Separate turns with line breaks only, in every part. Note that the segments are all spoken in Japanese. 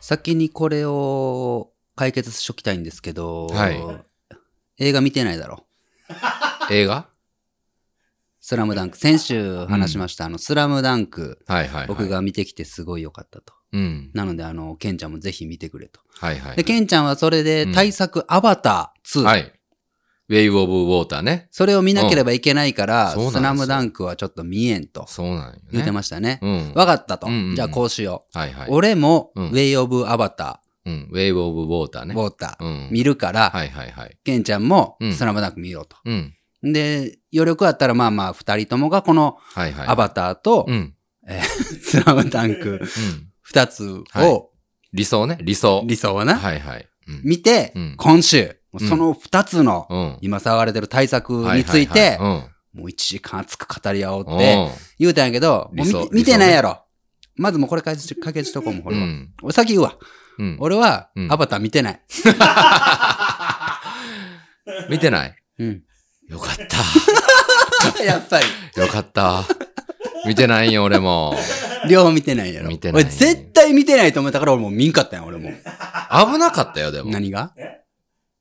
先にこれを解決しときたいんですけど、
はい
映画見てないだろ。
映画
スラムダンク。先週話しました、あの、スラムダンク、
はいはい、はい。
僕。が見てきてすごい良かったと。
うん。
なので、あの、ケンちゃんもぜひ見てくれと。
はいはい。
で、ケンちゃんはそれで対策、アバター2。
はい。ウェイブ・オブ・ウォーターね。
それを見なければいけないから、
うんそうなんです
ス
よ
ラムダンクはちょっと見えんと
そうなんよね。
言ってましたね。
うん。
わかったと
うんうんう。ん
じゃあこうしよ
はいは
う
い。。
俺も、ウ
うん
ェイオブアバタ
うん。ウェイブ・オブ・ウォーター
ー、ウ
ね。
ォータ
う
ー
ん。
見るから、
はいはいはい。
ケンちゃんも
う、ん
スラムダンク見ようと。
うん。
で、余力あったらまあまあ、二人ともがこの
はいはい。
アバターと
う、ん。
スラムダン ク
うん。
二つ
はい
を、
理想ね。理想。
理想はな、
はいはい。うん。
見て
うん、
今週、もう
うん
その二つの、
うん。
今騒がれてる対策について
は、はは
もう一時間熱く語り合おう
うん。
って、言うたんやけど、もう
理
見
想
て見てないやろ。まずもうこれ解決し解決しとこうもうこ
う
れは。
ん。
俺先言うわ。
うん。
俺は
う、ん
アバター見てない。
見てない
うん。
よかった。
やっぱり、
よかった。見てないよ、俺も。
両方見てないやろ。
見てない
俺絶対見てないと思ったから俺もう見んかったんや、俺も。
危なかったよ、でも。
何が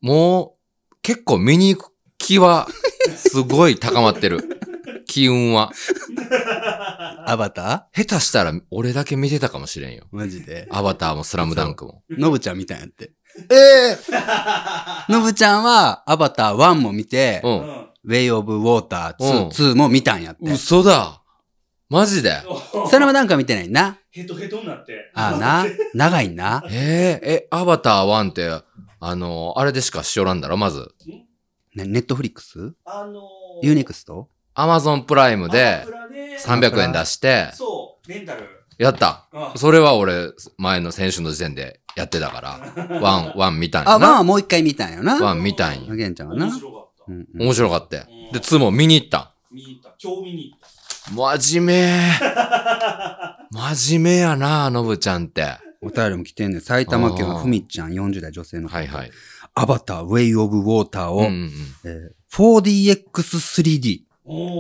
もう、結構見に行く気は、すごい高まってる。 機運は。
アバタ
下手したら俺だけ見てたかもしれんよ。
ーマジで。
アバターもスラムダンクも。
ノブちゃん見たんやって。
ええ
ノブちゃんは、アバター1も見て、ウェイオブウォーター
うん
2、2も見たんやって
うん。。嘘だ。マジで。
それもなんか見てないな。
ヘトヘトになって。
ああな。長いな。
えええ、アバター1って、あの、あれでしかしよらんだろ、まず。
ねネットフリックス
あのー、
ユーネクスト
アマゾンプライム
アマ
で
プラで、
300円出して、
そう、レンタル。
やった。
あ
それは俺、前の選手の時点でやってたから、ワン、ワン見たん
あ、
や
ワン
な。
はもう一回見たんや
ワ
な。
ン見たんや。
ゲンちゃんはな
面。白かった。
うんうん
面白かったよ。
うん
で、2も見に行ったん。
見に行った。今日見に行った。
真面目。真面目 やな、ノブちゃんって。
お便りも来てんねん埼玉県のふみちゃん40代女性の。
はいはい。
アバター、ウェイオブウォーターを、
うんうん
えー 4DX3D
う
お
ん、
ー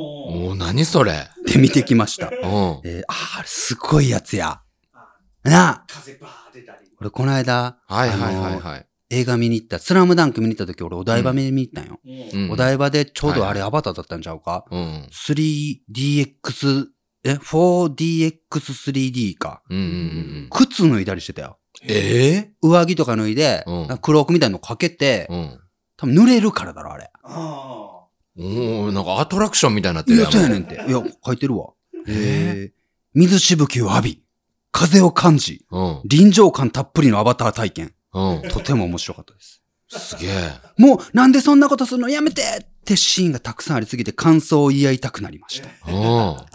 おー何それ。
で見てきました。
うん。
えーあー、あれすごいやつや。
あ
なあ、
風バー出たり。
俺この間、
はいはい
あ
はい
のー
はい。
映画見に行った、スラムダンク見に行った時俺お台場見に行ったんよ。
う
うんん、
お台場でちょうどあ
はい
れアバターだったんちゃうか、
うん。
?3DX、え ?4DX3D か。
うんうんうんうん。
靴脱いだりしてたよ。
え
上着とか脱いで、
うん
なんか黒奥みたいのかけて
え、うん。
多分濡れるからだろ、あれ。
あ
おーなんかアトラクションみたいになって
い
る
や、
ん
そうやねんって。いや、書いてるわ。 え
え
ー水しぶきを浴び、風を感じ、
うん。
臨場感たっぷりのアバター体験。
うん。
とても面白かったです。
すげえ。
もう、なんでそんなことするのやめてってシーンがたくさんありすぎて感想を言い合いたくなりました。
う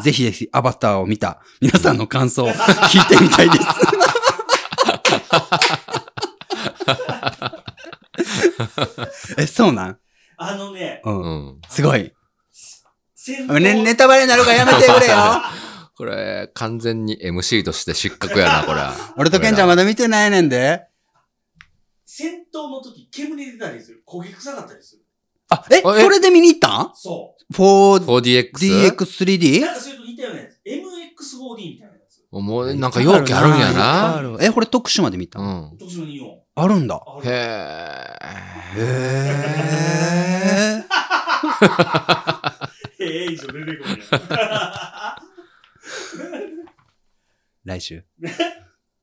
ん。
ぜひぜひアバターを見た皆さんの感想を聞いてみたいです。 え、そうなん
あのね、
う。
うんん。
すごい。
戦闘
ね、ネタバレになるからやめてくれ よ。
これ、完全に MC として失格やな、これ。
俺とケンちゃんまだ見てないねんで。
戦闘の時、煙出たりする。焦げ臭かったりする。
あ、え、
あえ
それで見に行ったん
そ
?4DX3D?
これ 4DX?
う。なんかそれと似たようなやつ。MX4D みたいなやつ。
もう、なんか容器あるんや
いっぱ
な。
いあるえ、これ徳島で見た、
うん。
特殊のイオン。
あるんだ。
あ
へ
れ
え。
へー。
へえ、以上出てこない。
来週。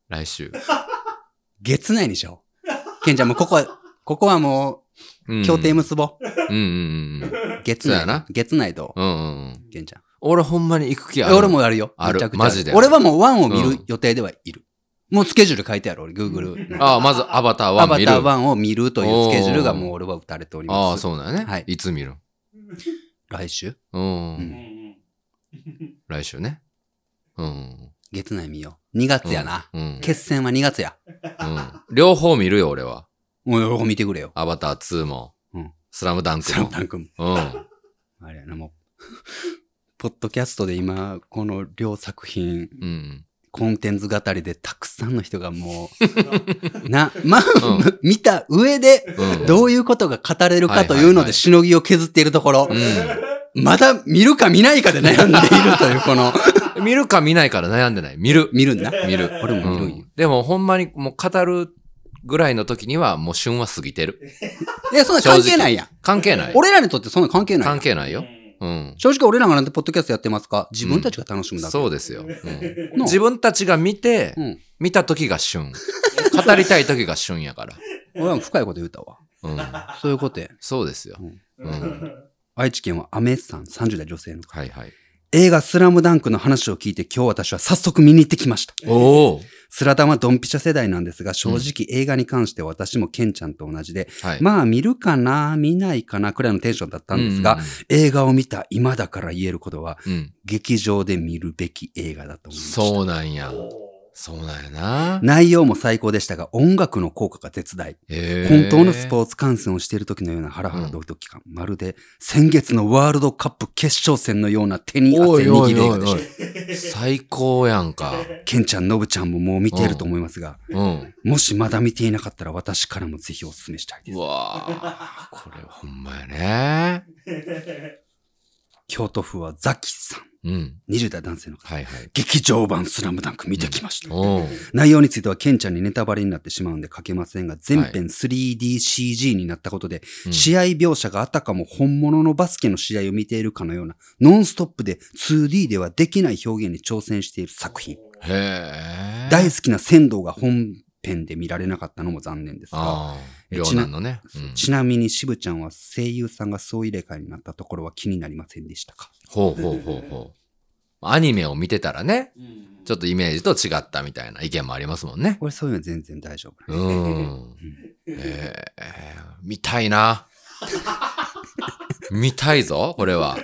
来週。
月内にしよう。ケンちゃんもうここは、ここはも
うん
う、協定結ぼう。
うんうんうんうん。
月
そう
内
やな
月内と、
うんうんうん。
ケンちゃん。
俺ほんまに行く気あ
え
る。
俺もやるよ。
ある
めちゃくちゃや
マジで
俺はもう1を見
う
る
ん
予定ではいる。もうスケジュール書いてある、俺、Google の。
ああ、まずアバター
ア
1
バ
見る。
ター1を見るというスケジュールがもう俺は打たれており
あ
ま
あ、
す。
そうだよね。
はい
い。つ見る
来週
うん。
う
うんんうん。
来週ね。うん。
月内見よう。2月やな。
うん。
決戦は2月や。
うん。両方見るよ、俺は。
もう喜見てくれよ。
アバター2も。
うん
スラムダンク
スラムダンクも。
も。うん。
あれやな、もう。 ポッドキャストで今、この両作品、
うん。
コンテンツ語りでたくさんの人がも う、な、まあ、見た上で、
うん。
どういうことが語れるかという
はい
の
はいは
で、
い
しのぎを削っているところ、
うん。
まだ見るか見ないかで悩んでいるという、この、
見るか見ないから悩んでない。見る。
見るんだ。
見る。
俺
う
も見るんよ
ん、でもほんまにもう語るぐらいの時にはもう旬は過ぎてる。
いや、そんな関係ないやん。
関係ない。
俺らにとってそんな関係ないやん
関係ないよ。
う
うん。
正直俺らがなんてポッドキャストやってますか自分たちが楽しむだけ。
そうですよ。うん
なあ
自分たちが見て、
うん
見た時 が旬。語りたい時が旬やから。
俺らも深いこと言うたわ。
うん。
そういうことや。
そうですよ。うん
ん
愛知県はアメさん30代女性の方
は いはい。
映画スラムダンクの話を聞いて今日私は早速見に行ってきました。
おお。
スラダンはドンピシャ世代なんですが、正直映画に関しては私もケンちゃんと同じで、
はい。
まあ見るかな、見ないかな、くらいのテンションだったんですが、映画を見た今だから言えることは、
うん、うん。
劇場で見るべき映画だと思いました。
そうなんや。
お
そうなんやな。
内容も最高でしたが、音楽の効果が絶大。本
本
当のス
ー
ポーツ観戦をしている時のようなハラハラドキドキ感、まるで先月のワールドカップ決勝戦のような手に
お
汗
い
握
おい
る映
お
画
い
でした。
おい。最高やんか。
ケンちゃん、ノブちゃんももう見ていると思いますが、
うん。
もしまだ見ていなかったら私からもぜひお勧めしたいで
う
す。
わあこれほんまやね。
京都府はザキさん、
うん。
20代男性の方。
はいはい。
劇場版スラムダンク見てきました。
おう
内容についてはケンちゃんにネタバレになってしまうんで書けませんが、全編 3DCG になったことで、
うん
試合描写があたかも本物のバスケの試合を見ているかのような、ノンストップで 2D ではできない表現に挑戦している作品。
へえ。
大好きな仙道が本編で見られなかったのも残念ですが、
ああ。両男のね。うん
ちなみに渋ちゃんは声優さんが総入れ替えになったところは気になりませんでしたか
ほうほうほうほう。アニメを見てたらね、ちょっ
と。
とイメージと違ったみたいな意見もありますもんね。
俺そういうの全然大丈夫。
うん。えー、見たいな。見たいぞ、これは。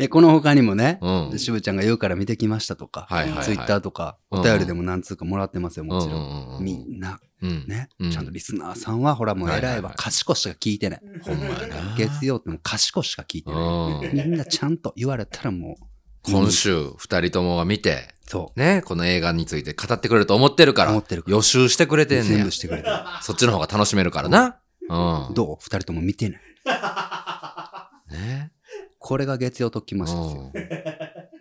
え、この他にもね、
うん。うん。
渋ちゃんが言うから見てきましたとか、
はいはいはい
ツイッターとか、
うん
お便りでも何通かもらってますよ、もちろん。
うんうんうんうん
みんな、
うん。
ね、
うん
ちゃんとリスナーさんは、ほらもう
はい
偉
はいいは
わ
い。
賢しか聞いてない。
ほんま やな。
月曜ってもう賢しか聞いてな
うん
い。みんなちゃんと言われたらもう、
今週、二人ともが見て、
そう。
ね、この映画について語ってくれると思ってるから、
思ってるから
予習してくれてんね
全
や
部。してくれてる。
そっちの方が楽しめるからな。うん。
どう二人とも見てない。
ね。
これが月曜ときましたですよ。
うん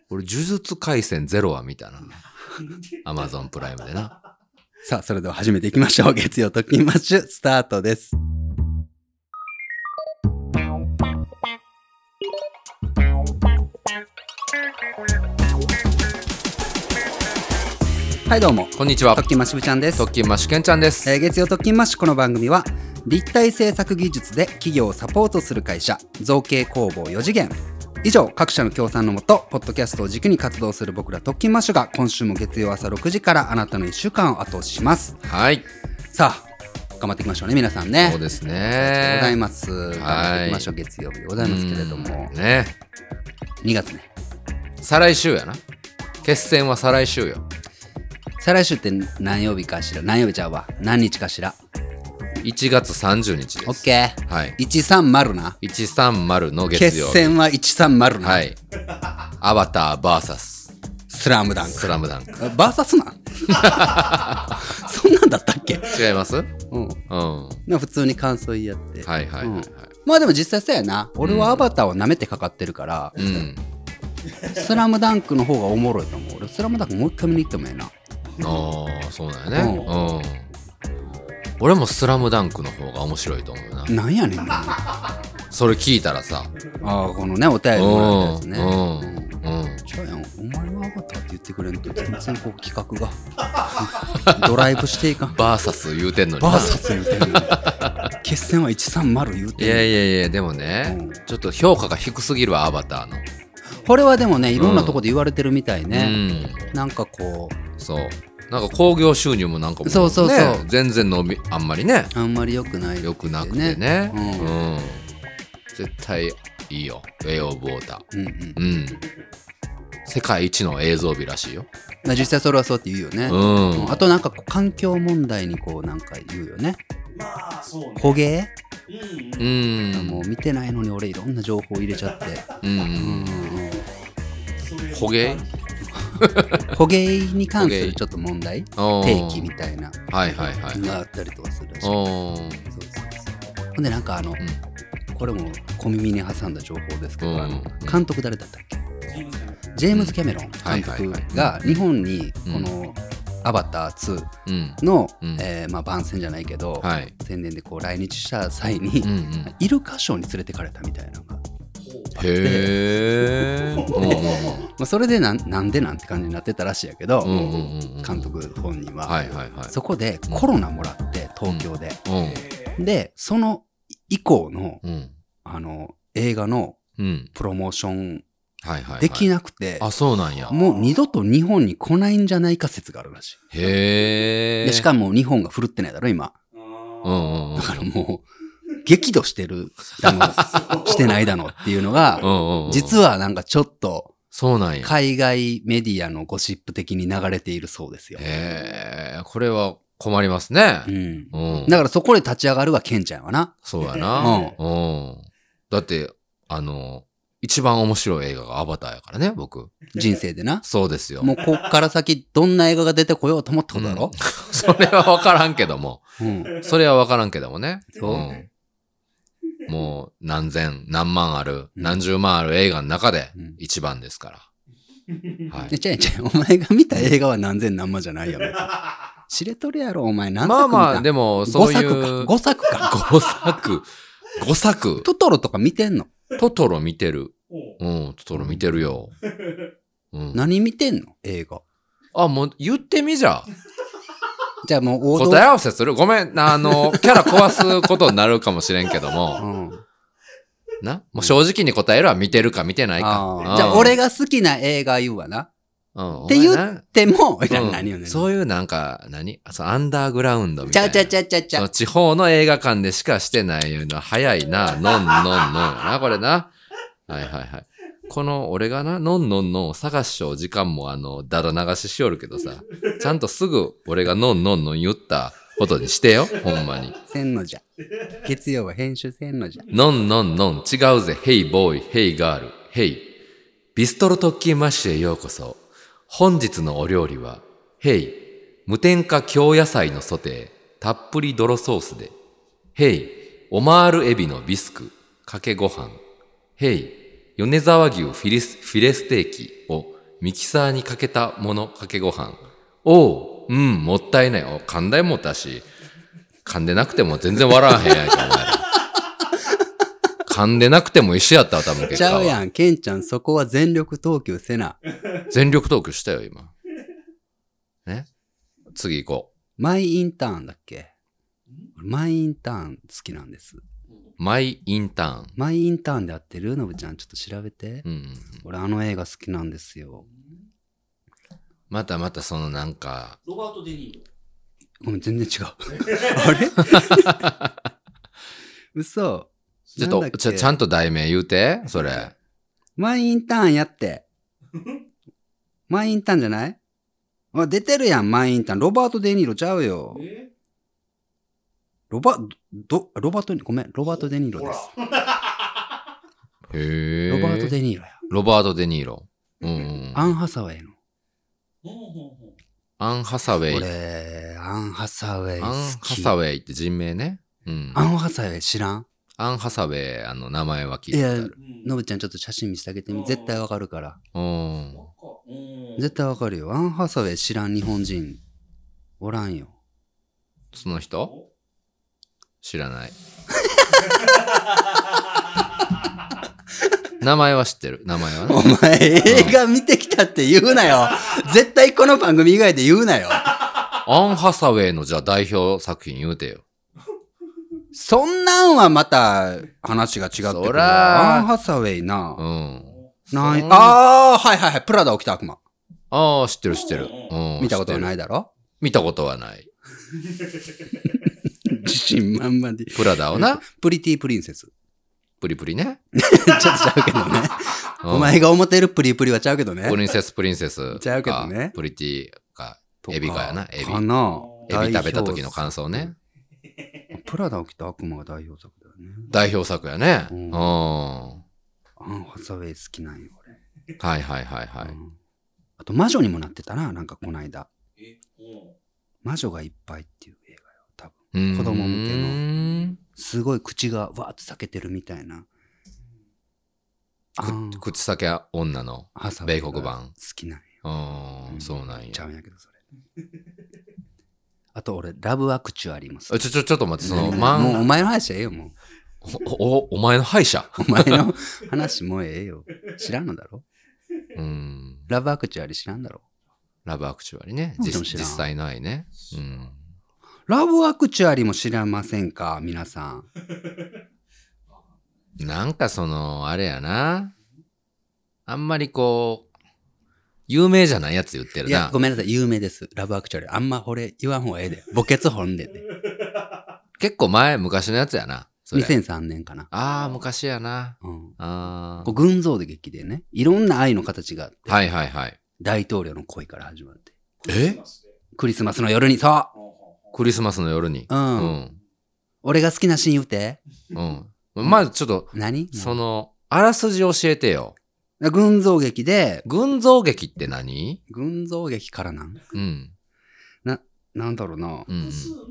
俺、呪術廻戦ゼロは見たな。アマゾンプライムでな。
さあ、それでは始めていきましょう。月曜特勤マッシュ、スタートです。はい、どうも。
こんにちは
特。勤マッシュ部ちゃんです。
特勤マッシュケンちゃんです。
えー月曜特勤マッシュこの番組は立体制作技術で企業をサポートする会社造形工房4次元以上各社の協賛のもとポッドキャストを軸に活動する僕ら特勤マッシュが今週も月曜朝6時からあなたの1週間を後押しします
はい。
さあ頑張っていきましょうね皆さんね
そうです
あ
ね。
りがとうございます頑張っていきましょう月曜日でございますけれども
うんね。
2月ね
再来週やな。決戦は再来週よ。
再来週って何曜日かしら何曜日ちゃうわ何日かしら
1月30日です。
OK130
はい。
な
130の月
決
曜日。
戦は130な、
はい。アバター VS
スラムダンク
スラムダンク。
バーサスなん そんなんだったっけ
違います
うん。
うん。は
な普通に感想言い合って。
いはいはいはい。
まあでも実際そうやな。俺はアバターを舐めてかかってるから、
うん。
スラムダンクの方がおもろいと思う。俺、スラムダンクもう一回見に行ってもええな。
ああ、そうだよね。うん。俺もスラムダンクの方が面白いと思うな。
なんやねんな。
それ聞いたらさ。
ああ、このね、お便
う
りもらったやつ
ん。
ね。
うん。うん。
ちゃうやん、お前はアバターって言ってくれんと全然こう企画が ドライブしていかん。
バーサス言うてんのに
バ
な
ーサス言うてんのに決戦は130言う
い
てんの
や
に
いやいやでもね、
うん
ちょっと評価が低すぎるわアバターの
これはでもね、いろんなとこで言われてるみたいね。
う
なんかこう、
んそうなんか興行収入もなんかも
そうそうそう
ね全然伸びあんまりね
あんまり良くない
良くなくてね
うん
うん、絶対いいよウェイ・オブ・ウォータ
うんうん
ーうん世界一の映像美らしいよ
まあ実際それはそうって言うよね
う、ん
うんあとなんかこう環境問題にこうなんか言うよね
まあ、そうね。
捕鯨、
う
うんうん。
ん
もう見てないのに俺いろんな情報入れちゃってう
う
ん
ん
うん
それ
捕鯨
捕鯨に関す
捕
る
鯨
ちょっと問題
おー
定期みたいな
はいはいはい
があったりとかするらしいそう
おー
そうそうほんでなんかあの、
ん
これも小耳に挟んだ情報ですけど、あの
うん
監督誰だったっけ
ジェームズキャメロン
ジェームズ・キャメロン監
はいはい
督が
は
日本に
うん
この「アバター2
うん。
の」
うん
えーまあ、番宣じゃないけど、
はい。
宣伝でこう来日した際に、
うんうん。
イルカショーに連れてかれたみたいなのが、ま
ほう
へー。うん
あ、それでなんなんでなんて感じになってたらしいやけど、
うんうんうんうんうん。
監督本人は、
はいはいはい。
そこでコロナもらって東京で、
うん。
でその以降の
うん。
あの映画の
うん。
プロモーション
はいはいはい。
できなくて、
あ、そうなんや。
もう二度と日本に来ないんじゃないか説があるらしい。
へー。
でしかも日本が振るってないだろ今
う
うん
うんうん
だ。からもう激怒してるだの してないだのっていうのが
うんうんうん。
実はなんかちょっと
そうなんや。
海外メディアのゴシップ的に流れているそうですよ。
へー。これは困りますね
う。ん、
うん。
だからそこで立ち上がるはケンちゃんはな。
そうや
うん
な。うん。だって、あの、一番面白い映画がアバターやからね、僕。
人生でな。
そうですよ。
もうこっから先どんな映画が出てこようと思ったことだろ、
それは分からんけども。
うん
それは分からんけどもね。
そう
うんもう何千、何万ある、
うん
何十万ある映画の中で
うん
一番ですから。はい
え。ちゃいちゃい、お前が見た映画は何千何万じゃないやろ。知れとるやろ、お前。何
まあ
作見た
まあ、でも、そういう。
5作か。5作か。
5作。5作。
トトロとか見てんの
トトロ見てる。
ほう
うん、トトロ見てるよ。うん。
何見てんの映画。
あ、もう言ってみじゃ。
じゃあもう王道。
答え合わせするごめん。あの、キャラ壊すことになるかもしれんけど
う
も。
ん、
な。もう正直に答えるは見てるか見てないか。
あーじゃあ俺が好きな映画言うわな。
うん、
って言
お
う
前な
でも、いうや
ん
何よね。
そういうなんか、何あそうアンダーグラウンドみ
ち
たい
ゃ
な。
うちゃうちゃうちゃうち
そ
ゃ
の
う。
地方の映画館でしかしてないいうのは早いな。のんのんのんやな、これな。はいはいはい。この俺がな、のんのんのんを探しよう時間もあの、だだ流ししよるけどさ、ちゃんとすぐ俺がのんのんのん言ったことにしてよ、ほんまに。
せんのじゃ。月曜は編集せんのじゃ。
のんのんのん違うぜ、ヘイボーイ、ヘイガール、ヘイ。ビストロ特勤マッシュへようこそ。本日のお料理は、ヘイ。無添加京野菜のソテー、たっぷり泥ソースで。ヘイ。オマールエビのビスク、かけご飯。ヘイ。米沢牛フィリスフィレステーキをミキサーにかけたものかけご飯。おう、うん、もったいない。お、噛んだよもったし。噛んでなくても全然笑わへんやんか、お前ら。 噛んでなくても一緒やったわ、多分結
ち
果
ゃう
は。
やん。ケンちゃんそこは全力投球せな。
全力トークしたよ、今。ね。次行こ
マイインターンだっけマイインターン好きなんです。
う。マイ・インターン。
マイインターンで合ってるのぶちゃんちょっと調べて。
うんうん。
俺あの映画好きなんですよ。
またまたそのなんか、
ロバート・デ・ニー
ごめん、全然違う。 あれ嘘。
ちょっ
なんだ
と、
け
ちょ、ちゃんと題名言うて、それ。
マイインターンやって。 マイインターンじゃないあ出てるやん、マイインターン。ロバート・デ・ニーロちゃうよ
ロ。え
ロバ、ど、ロバートに、ごめん、ロバート・デ・ニーロ
ほ
で
ら
す。
へ
ロ
ー
バート・デ・ニーロや。
ロバート・デ・ニーロ。うんうん。
アン・ハサウェイの。
ほうほうほう
アン・ハサウェイ。
俺、アン・ハサウェイ
ア
好
ン・ハ
き。
サウェイって人名ね。うん。
アン・ハサウェイ知らん
アン・ハサウェイ、あの、名前は聞
い
いて
や
ある。
うん
のぶちゃんちょっと写真見せてあげてみ。絶対わかるから。
うん。
わかうん
絶対わかるよ。アン・ハサウェイ知らん日本人。おらんよ。
その人知 らない。名前は知ってる。名前はね
お。前、映画見てきたって言うなよ。絶対この番組以外で言うなよ。
アン・ハサウェイのじゃあ代表作品言うてよ。
そんなんはまた話が違ってくるわ。
そら
アン・ハサウェイな
う。ん。
ない
そん
ああ、はいはいはい。プラダを着た悪魔。
ああ、知ってる知ってる。うん、。
見たことはないいだろ
見たことはない。
自信満々で。
プラダ をな、
プリティ・プリンセス。
プリプリね。
ちょっとちゃうけどね。
うん
お前が思ってるプリプリはちゃうけどね
プ。リンセス、プリンセス。
ちゃうけどね
かプリティか、
と
エビかやなエビ
かな
エビ食べた時の感想ね。
プラダを着た悪魔が代表作だよね。
代表作やね。
う
うんん。は
アン・ハサウェイ好きなんよ、
いはいはいは
俺。うんあと、魔女にもなってたな、なんかこの間。
えほ
魔女がいっぱいっていう映画よ、多分。
い。うん
子供向けの
うん
すごい口がわーって裂けてるみたいな。あー
口先女の。
ハサウェイ
米
が
国版
好きなんや
うーん、そうなんや。
ちゃうんやけどそれあと俺ラブアクチュアリーも好
あ
き
ちょ、ちょ、ちょっと待って、その、
ね
ま
もうお
ん、
前の話ええよもう
お、お、お前の歯 医者
お前の話もうええよ知らんのだろ
うん。
ラブアクチュアリー知らんだろ
ラブアクチュアリね。
もち
実
ろん知らん
実際の愛ね。うん。
ラブアクチュアリーも知らませんか皆さん
なんかその、あれやな。あんまりこう、有名じゃないやつ言ってる
いや
な
ご。めんなさい有名ですラブアクチュアリーあんま惚れ言わん方がええで墓穴掘んでて
結構前、昔のやつやな。 それ
2003年かな
ああ、昔やな。
うん
あ
こう群像で劇でねいろんな愛の形があって、
あ。はいはいはい。
大統領の恋から始まって
え
クリスマスの夜にそ
クリスマスの夜に。
う、うん
う、ん。
俺が好きなシーン言うて
うん。まあちょっと、
何
その、あらすじ教えてよ。
群像劇で、
群像劇って何
群像劇からなん
うん。
なんだろうな。
うん
複数の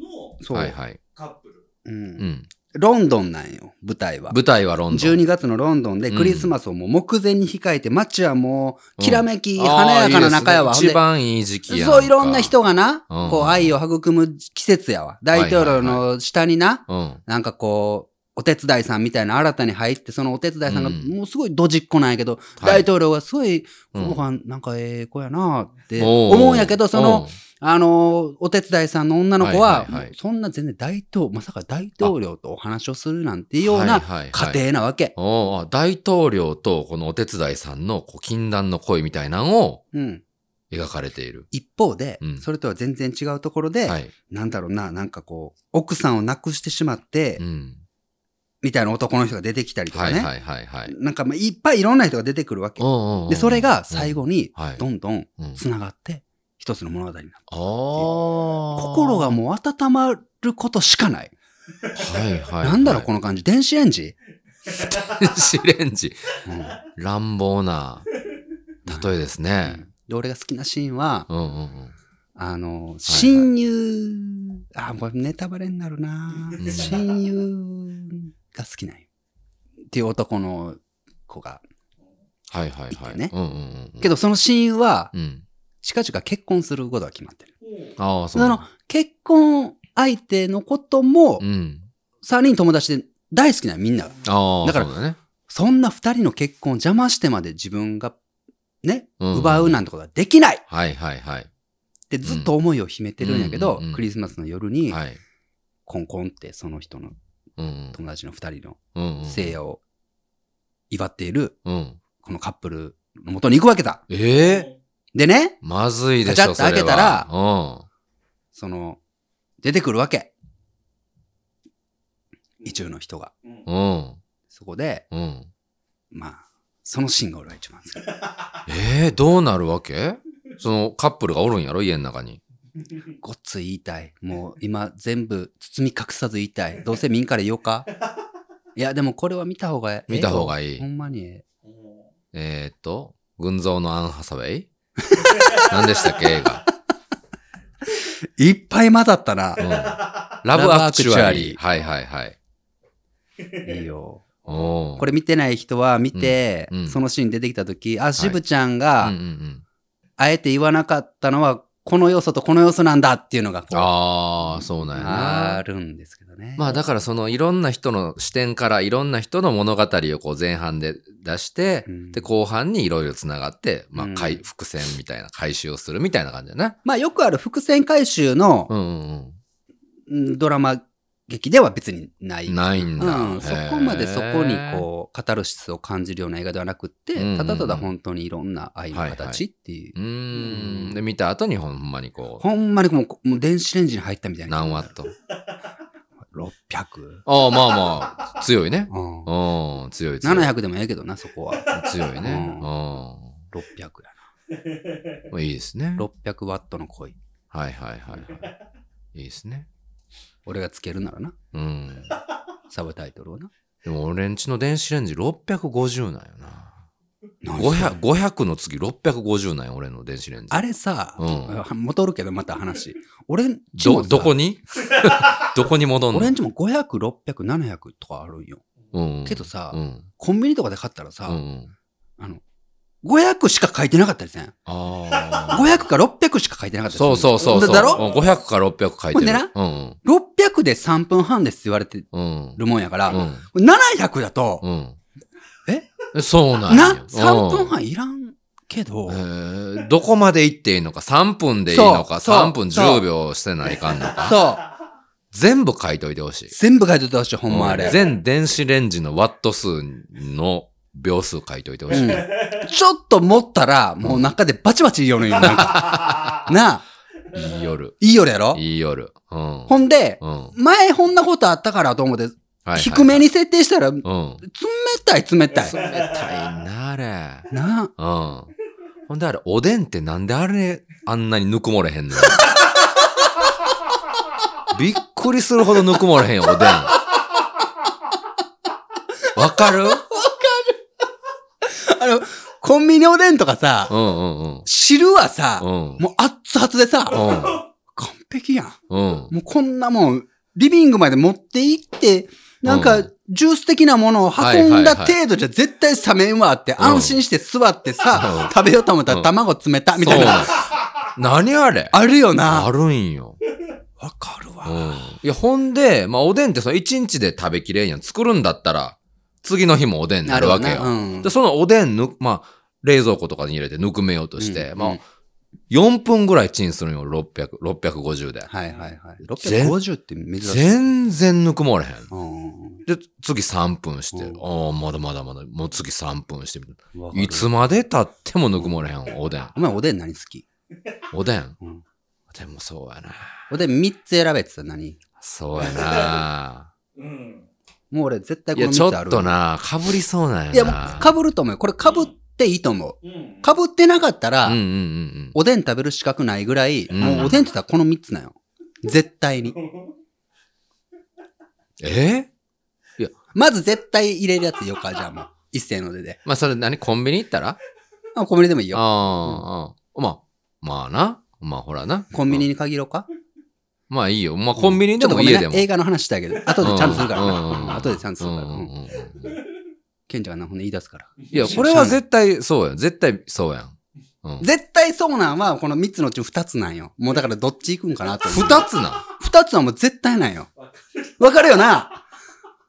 う
そ
ん。
う、
はいはい。
カップル。
うん
うん。
ロンドンなんよ、舞台は。
舞台はロンドン。
12月のロンドンでクリスマスをもう目前に控えて、街はもう、きらめき、
あー
華やかな中やわ。
いい
ほ
です
んで
ね一番いい時期やんか。
そう、いろんな人がな、
うん
こう、愛を育む季節やわ。大統領の下にな、
うん。
なんかこう、お手伝いさんみたいな新たに入って、そのお手伝いさんが、
うん
もうすごいドジっ子なんやけど、
は
大
い
統領がすごい、
う
こ
ん
の子はなんかええ子やなって
おー
思うんやけど、その、
うん
あのーお手伝いさんの女の子
は
は、
いはいはい
もうそんな全然大統、まさか大統領とお話をするなんていうよう
はい
な
はいはい
家庭なわけ。
おうあ大統領とこのお手伝いさんのこう禁断の恋みたいなのを
うん。
描かれている。
一方で、
うん
それとは全然違うところで、
はい。
なんだろうな、なんかこう、奥さんを亡くしてしまって、
うん。
みたいな男の人が出てきたりとか
はい
ね。
はいはいはい。
なんかまあいっぱいいろんな人が出てくるわけ。で、それが最後に
うん、はい
どんどん
うん、うん
繋がって、一つの物語になる。
あー
心がもう温まることしかない。
はいはい、
なんだろう、この感じ。電子レンジ、
の。 電子レンジ。
うん
乱暴な例えです
う
ね
ん。で、俺が好きなシーンは、
うんうん
あの、親友、あ、これネタバレになるな
うん
親友が好きなんよ。っていう男の子が。
はいはいはい。
いてね
うんうんうん、
け
ど、
ど、その親友は、
うん、
近々結婚することが決まってる。
ああ、
そ
そうな
の、結婚相手のことも
う、ん。
3人友達で大好きなんよみんなが。
ああ、
だから
そうだね。
そんな2人の結婚を邪魔してまで自分が、ね、
うんうん
奪うなんてことはできないっ
はいはいはい。
てずっと思いを秘めてるんやけ
うん
ど
うんうんうん、
クリスマスの夜に、
はい。
コンコンってその人の
うん
友達の二人の
うん。うんうん。
聖夜を祝っている
うん。
このカップルの元に行くわけだ。
ええ
でね、
まずいでしょ、
ガチャッと開けたら
それは
その、出てくるわけ。一応の人が。
うん
うん。うん。
そこで、
うん。
まあ、そのシーンが俺は一番好き。
ええどうなるわけそのカップルがおるんやろ家の中に。
ごっつい言いたい。もう今全部包み隠さず言いたい。どうせ民から言おう か。いや、でもこれは見た方がええよ。
見た方がいい
ほんまにええ。
えー、っと、群像のアン・ハサウェイ何でしたっけ映画。
いっぱい混ざったな
う。ん。ラブアクチュアリー。はいはいはい。
いいよ。
お
こ
れ、
れ見てない人は見て、
うんうん
そのシーン出てきた時あ渋ちゃんが、
うんうんうん。
あえて言わなかったのはこの要素とこの要素なんだっていうのがこうあ
ああ、そうなんやな。
るんですけどね。
まあだからそのいろんな人の視点からいろんな人の物語をこう前半で出して、
うん
で後半にいろいろつながって、まあ
うん
回伏線みたいな回収をするみたいな感じだね。
まあよくある伏線回収の
う、んうん
うんドラマ劇では別にない。
うん。ないんだ。
うん、そこまでそこにこうカタルシスを感じるような映画ではなくって、
うんうんうん
ただただ本当にいろんな愛の
はいは
形っていう、
う。うーん。で見た後にほんまにこう、
ほんまにもうこもう電子レンジに入ったみたいな
何ワット。
600、
ああまあまあ、強いね。
うん
うん、強い強い。
700でもええけどなそこは
強いね。
う
う
600や
ん。まあいいですね。
な600ワットの恋
はいはいはいはい。いいですね。
俺がつけるならな
うん。
サブタイトルをな
でも俺んちの電子レンジ650なんよな。
500
500, 500の次650なんよ俺の電子レンジ。
あれさ、
う
戻るけどまた話俺んちも
ど、
さ
どこにどこに戻んの
俺んちも500600、700とかあるんよ。
うん。
けどさ、
うん。
コンビニとかで買ったらさ、
うんうん。
500しか書いてなかったりせん。
ああ。
500か600しか書いてなかったりする
そうそうそうそ
だ
う。
だろ
うん ?500 から600書いて
ほんで
る
な。
うん。
?600 で3分半ですって言われて
うん。
るもんやから、
うん。
700だと、
うん。
え
そうなん
な
や。
3分
うん
半いらんけど、
えーどこまで行っていいのか、3分でいいのか、
そうそう
3分10秒してないかんのか、
そう。
全部書いといてほしい。
全部書いててほしい、ほんまあ
う
れ。
全電子レンジのワット数の秒数書いといてほし
うん
い。
ちょっと持ったら、もう中でバチバチ言いよるんよ。 なんかなあ、
いい夜。
いいよるやろ
いい夜。うん。
ほんで、
うんはい
前こんなことあったからと思って、
はい
低め。に設定したら、冷
うん。冷
たい冷たい。
たいな、あれ。
なあ。
うん。ほんであれ、おでんってなんであれ、あんなにぬくもれへんの びっくりするほどぬくもれへんよ、おでん。わかる
あの、コンビニおでんとかさ、
うんうんうん。
汁はさ、
うん。
もう熱々でさ、完璧やん。
うん。うん。
もうこんなもん、リビングまで持って行って、なん
う
か
ん、
ジュース的なものを運んだ程度じゃ絶対冷めんわって、
ん
安心して座ってさ
う、ん
食べようと思った
う
ら
ん
卵冷た、みたい
そう
な。
ん何あれ
あるよ
あ
な。
るんよ。
わかる
うん
わ。。
いや、ほんで、まあ、おでんってその一日で食べきれんやん。作るんだったら、次の日もおでんになるわけ
な
よ。
うん
で、そのおでんぬ、まあ、冷蔵庫とかに入れてぬくめようとして、
うん
まあ、4分ぐらいチンするよ、600、650で。
はいはいはい。
全
650って珍しい。
全然ぬくもれへん。
うん
で、次3分して、
うん
ああ、まだまだまだ、もう次3分してみる。
わかる
いつまで経ってもぬくもれへん、おでん。
お前おでん何好き
おでん。
うん
おでんもそうやな。
おでん3つ選べって言ったら何
そう やな。
うん。
もう俺絶対
い
この
や、
3
ち
つ
ょ
あ
っ
る。
と。な、かぶりそうなんやな。
いや、もうかぶると思うよ。これかぶっていいと思う。
うん。
かぶってなかったら、
うんうんうん
おでん食べる資格ないぐらい、
うん
もうおでんって言ったらこの3つなんよ。絶対に。
うん。え
まず絶対入れるやつよか、じゃあもう。一斉のでで。
まあ、それ何コンビニ行ったら
あ、コンビニでもいいよ。
ああ、まあ、まあな。まあ、ほらな。
コンビニに限ろうか
まあいいよ。まあ、コンビニで
ちょっと
も
ごめん
家
ね
でも。
映画の話したけど、後でちゃんとするから
うんうんうん
な。後でちゃんとするから。
うんうん
うん
うんうん
ケンちゃんがな、ほんで言い出すから。
いや、これは絶対そうやん。絶対そうやん。うん
絶対そうなんは、この3つのうち2つなんよ。もうだからどっち行くんかなと思う。
二つな。
2つはもう絶対なんよ。わかるよな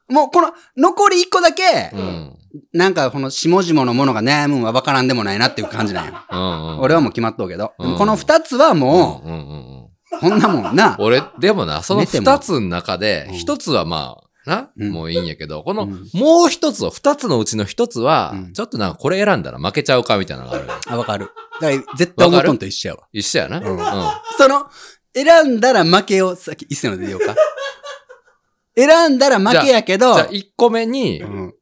もうこの、残り1個だけ
う、ん。うん
なんかこの下々のものが悩むんはわからんでもないなっていう感じなんよ。
うん。
俺はもう決まっとうけど。
うん
でもこの二つはも
うんうんうん。
う、こんなもんな。
俺、でもな、その
寝ても
二つの中で
う、ん
一つはまあ、
う
な、
ん
もういいんやけど、こ
う
の
ん、
もう一つを、二つのうちの一つは
うん、
ちょっとなんかこれ選んだら負けちゃうかみたいなのがある。
あ、わかる。だから絶対思うとんと一緒やわ。
一緒やな。う
その、選んだら負けを、さっき一斉ので言おうか。選んだら負けやけ
ん。
ど、
じゃあ、一個目に
う、ん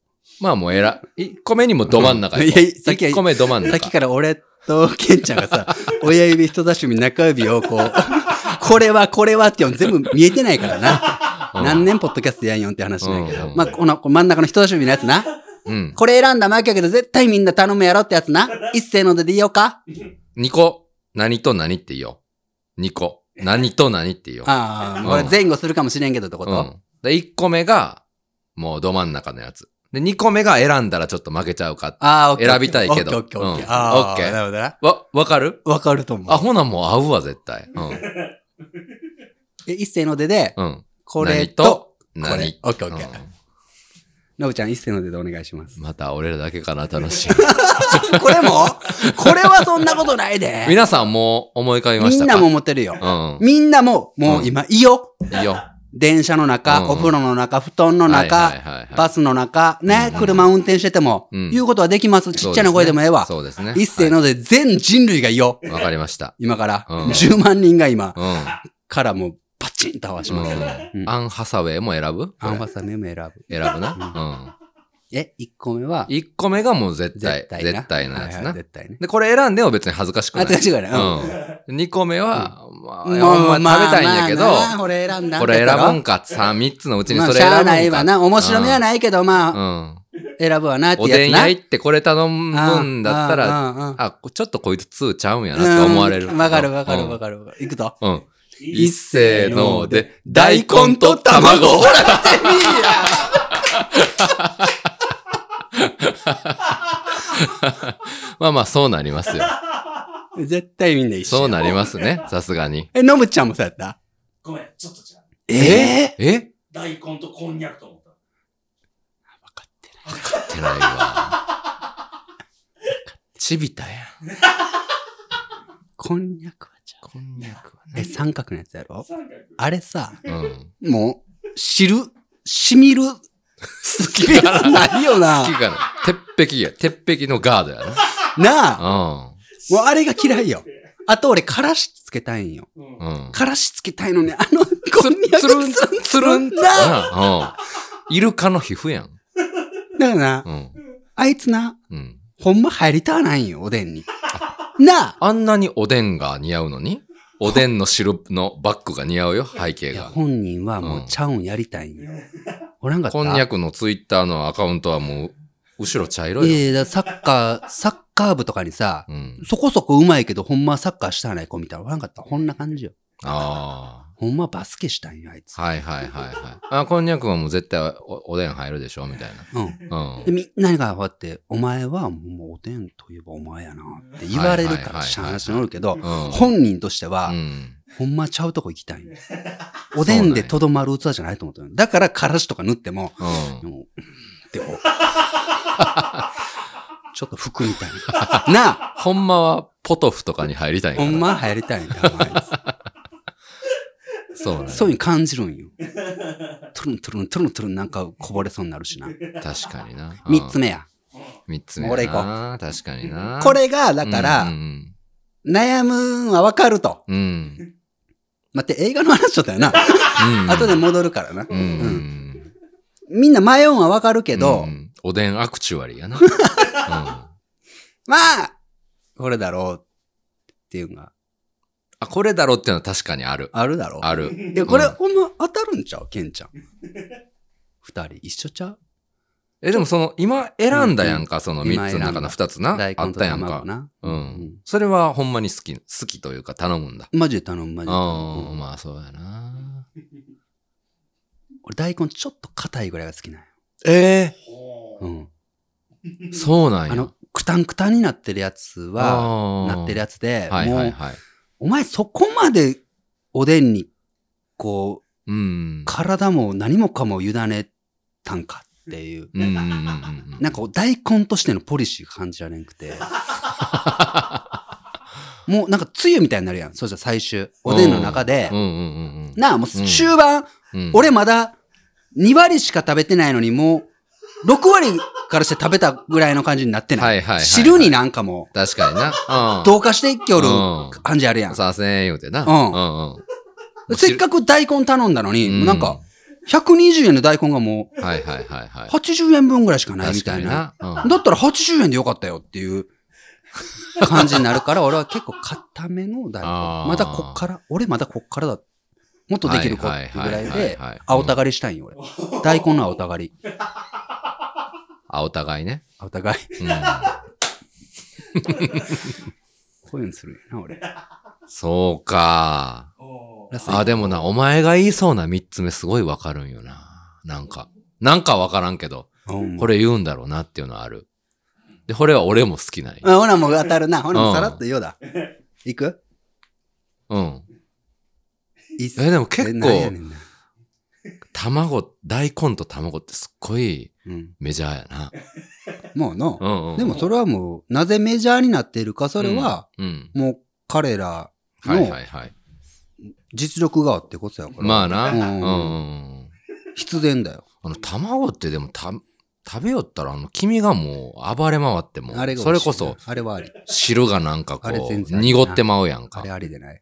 まあもうえら、1個目にもど真ん中
うん
や
いやいやさっきは
1個目ど真ん中。
さっきから俺とケンちゃんが さ、親指、人差し指、中指をこう、 これはこれはっていうの全部見えてないからな。
うん
何年ポッドキャストやんよんって話なんやけど。
うん
まあ、このこの真ん中の人差し指のやつな。
うん。
これ選んだ負けやけど絶対みんな頼むやろってやつな。一斉のでで言おうか。
2個。何と何って言おう。2個。何と何って言おう。
ああ、
うん
これ前後するかもしれんけどってこと、
うん。で、1個目が、もうど真ん中のやつ。で、2個目が選んだらちょっと負けちゃうか。
ああ、オッケー。
選びたいけど
オッケーオッケーオッケー。
うん
ああ、
オッケー
なるほどな。
わ、わかる
わかると思
あ、
う。
ほなもう合うわ、絶対。うん。
え一斉のでで、
うん。
これ
何
と、
何
これ。オッケーオッケ
う
ー。
ん
のぶちゃん一斉のででお願いします。
また俺らだけかな、楽し い。
これもこれはそんなことない で。
皆さんもう思い浮かびま
み
し
ん
た
な
か
も持ってるよ。
う
みんなも、もう今、いいよ。
ん。いいよ。
電車の中、
うん
お風呂の中、布団の中、
はいはいはいはい
バスの中、ね、車運転してても、
うん
言うことはできます。ちっちゃな声でもええわ。
そうですね。
一斉ので全人類がいいよ。
はい。わかりました。
今から。
うん
10万人が今、
うん。
からもうパチンと合わします。
うん
うん
アン・ハサウェイも選ぶ
アンファサネム選ぶ。
選ぶな。
え、1個目は
うん。、1個目がもう絶対、
絶
絶
対
対
な。
のやつ
はいはい
な。
絶対ね。
で、これ選んでも別に恥ずかしくな
あ、
い。
違う違うね。
うん。2個目は、まあ、
うん。
ほんま食べたいんやけ
まあまあな
ど、
これ選んだ。
これ選ぶん
か。
か、3、3つのうちに
ま
そ
あ、
れ
しゃあ
選ぶ
ないわ
んか。
な。面白みはないけど、
う
まあ、
ん。
選ぶわなって
おでん屋
や
行ってこれ頼む
つな。
んだったら、
ら、
あ、ちょっとこいつ2ちゃうんやなと思われる。
うんわかるわかるわ
か
かるわかる。いくぞ。
る。うん。
い
一
い
斉ので、大根と卵
ほら、見てみいや
まあまあ、そうなりますよ。
絶対みんな一緒。
そうなりますね。さすがに。
え、ノブちゃんもそうやった
ごめん、ちょっとじゃあ、
え
ええっ
大根とこんにゃくと思った。
てないわ。ちびたやん。
こんにゃくはちゃ
こんにゃくは
う。え、三角のやつやろ
三角。
あれさ、
うん。
もう、知る、しみる、好
きだな
ないよな
好。きかな。鉄壁や。鉄壁のガードや
なあ。
な。
もうあれが嫌いよ。あと俺、からしつけたいんよ。
うん。
うん。うん。
からしつけたいのに、あの、こんにゃく
つるん、つるんって
なあ。
な。うん。イルカの皮膚やん。
だからな、
うん。
あいつな、
うん。
ほんま入りたわないんよ、おでんに。なあ。
あんなにおでんが似合うのに、おでんの汁のバッグが似合うよ、背景
いや、
が。
本人はも
う
うんちゃうんやりたいんよ。おらんかった。
こんにゃ
く。
くのツイッターのアカウントはもう、後ろ茶色いよ。
ええ、だからサッカー、サッカー部とかにさ、
うん。
そこそこうまいけど、ほんまはサッカーしたない子みたいなおらんかった。こんな感じよ。
あ
ほんまはバスケしたいんよ、あいつ
あ。。はいはいはいはい。あ、こんにゃくはもう絶対おおでん入るでしょみたい
うん。
な。う
で、
ん。
みんながこうやって、お前はもうおでんといえばお前やなって言われるからしゃあなしにおるけど、
うん。
本人としては、
うん。
ほんまちゃうとこ行きたいん よおでんでとどまる器じゃないと思ってる。だから、からしとか塗っても、
うん
で。もうんってこう。ちょっと服みたいな。 な
ほんまはポトフとかに入りたい
あ
んか
ほ
なん
まは流行りたいんだよ、お前
そうね。
そういうの感じるんよ。トゥルントゥルントゥルントゥルンなんかこぼれそうになるしな。
確かにな。
三つ
目。
目や。
三つ目。
俺
俺
行
行
こ
こう。確かにな。
これが、だか
うん
ら、悩むんはわかると。
うんうん。うん。
待って、映画の話しちゃったよな。
うん
後で。戻るからな。
う
うん
ん。
みんな迷うんはわかるけど、
うんおでんアクチュアリーや な。うん
まあ、これだろうっていうのが
あ、これだろっていうのは確かにある。
あるだろう。
ある。
いや、これ、
うん
ほんま当たるんちゃうケンちゃん。二人一緒ちゃう
え、でもその、今選んだやんか、その三
今
つ
選ん
の
だ
中の二つな。あ
大根
っ
と
たやんか
卵。な。
うん。それはほんまに好き、好きというか頼むんだ。
マジで頼む、マジ
うん、
で頼む。
まあそうやな。
俺、大根ちょっと硬いぐらいが好きなんよ。
え
ほ
う。
うん
えそうなんや。
あの、くたんくたんになってるやつは、
あー
なってるやつで、
はいはい
もう、
はい。
お前そこまでおでんに、こう、
うん。
体も何もかも委ねたんかっていう。
うんうんうんうん
なんかこう大根としてのポリシーが感じられんく て。もうなんかつゆみたいになるやん。そうじゃ最終。おでんの中で
うん。うんうん
なあ、もう
うん
終盤、
うんうん。
俺まだ2割しか食べてないのにもう6割からして食べたぐらいの感じになって
は
ないい。
はいはいはい
汁になんかも
確かにな。う。
うん同化していきょる
うん
感じあるやん。
させん言うてな。
うん
うんうん。
せっか
く、
く大根頼んだのに、
うん
もうなんか120円の大根がもう
はいはいはいはい。
80円分ぐらいしかないみ
確
た
か
い
に
な。
な。うん
だったら80円でよかったよっていう感じになるから、 俺は結構固めの大
あ
根。ま
ー
だこっから、俺まだこっからだ。もっとできる子っていうぐらい
はいはいはい
で
はいはい、
青たがりしたいんよ、俺。大根の青たがり。
あ、お互いね。
青たがり。
うん。
こういうのするんやな、俺。
そうか。
ほ
ラス
あ、でもな、お前が言いそうな三つ目すごいわかるんよな。なんか。なんかわからんけど、こ
これ。
れ言うんだろうなっていうのはある。で、これは俺も好きなんよ。
あほらもう当たるな。ほらもううんさらっと言おうだ。行く
うん。
いいっす
えでも結構
なんやねんな
卵、大根と卵ってすっごい
うん
メジャーやな。
もうの
う。んうん。
でもそれはもう、なぜメジャーになっているか、それは、
うん、
もう彼ら
うん。はいは
の
いはい。
実力があってことやから。
まあな。
う
うんんうんうん。
必然だよ。
あの、卵ってでもた、食べよったら、あの、黄身がもう暴れ回っても、
あれが
そ
美
れ
味しい
こ
な
そ、
あれはあり。
汁がなんかこ
あれ全
う、
然ありやな
濁ってまうやん
あ
か
れ。ありでない。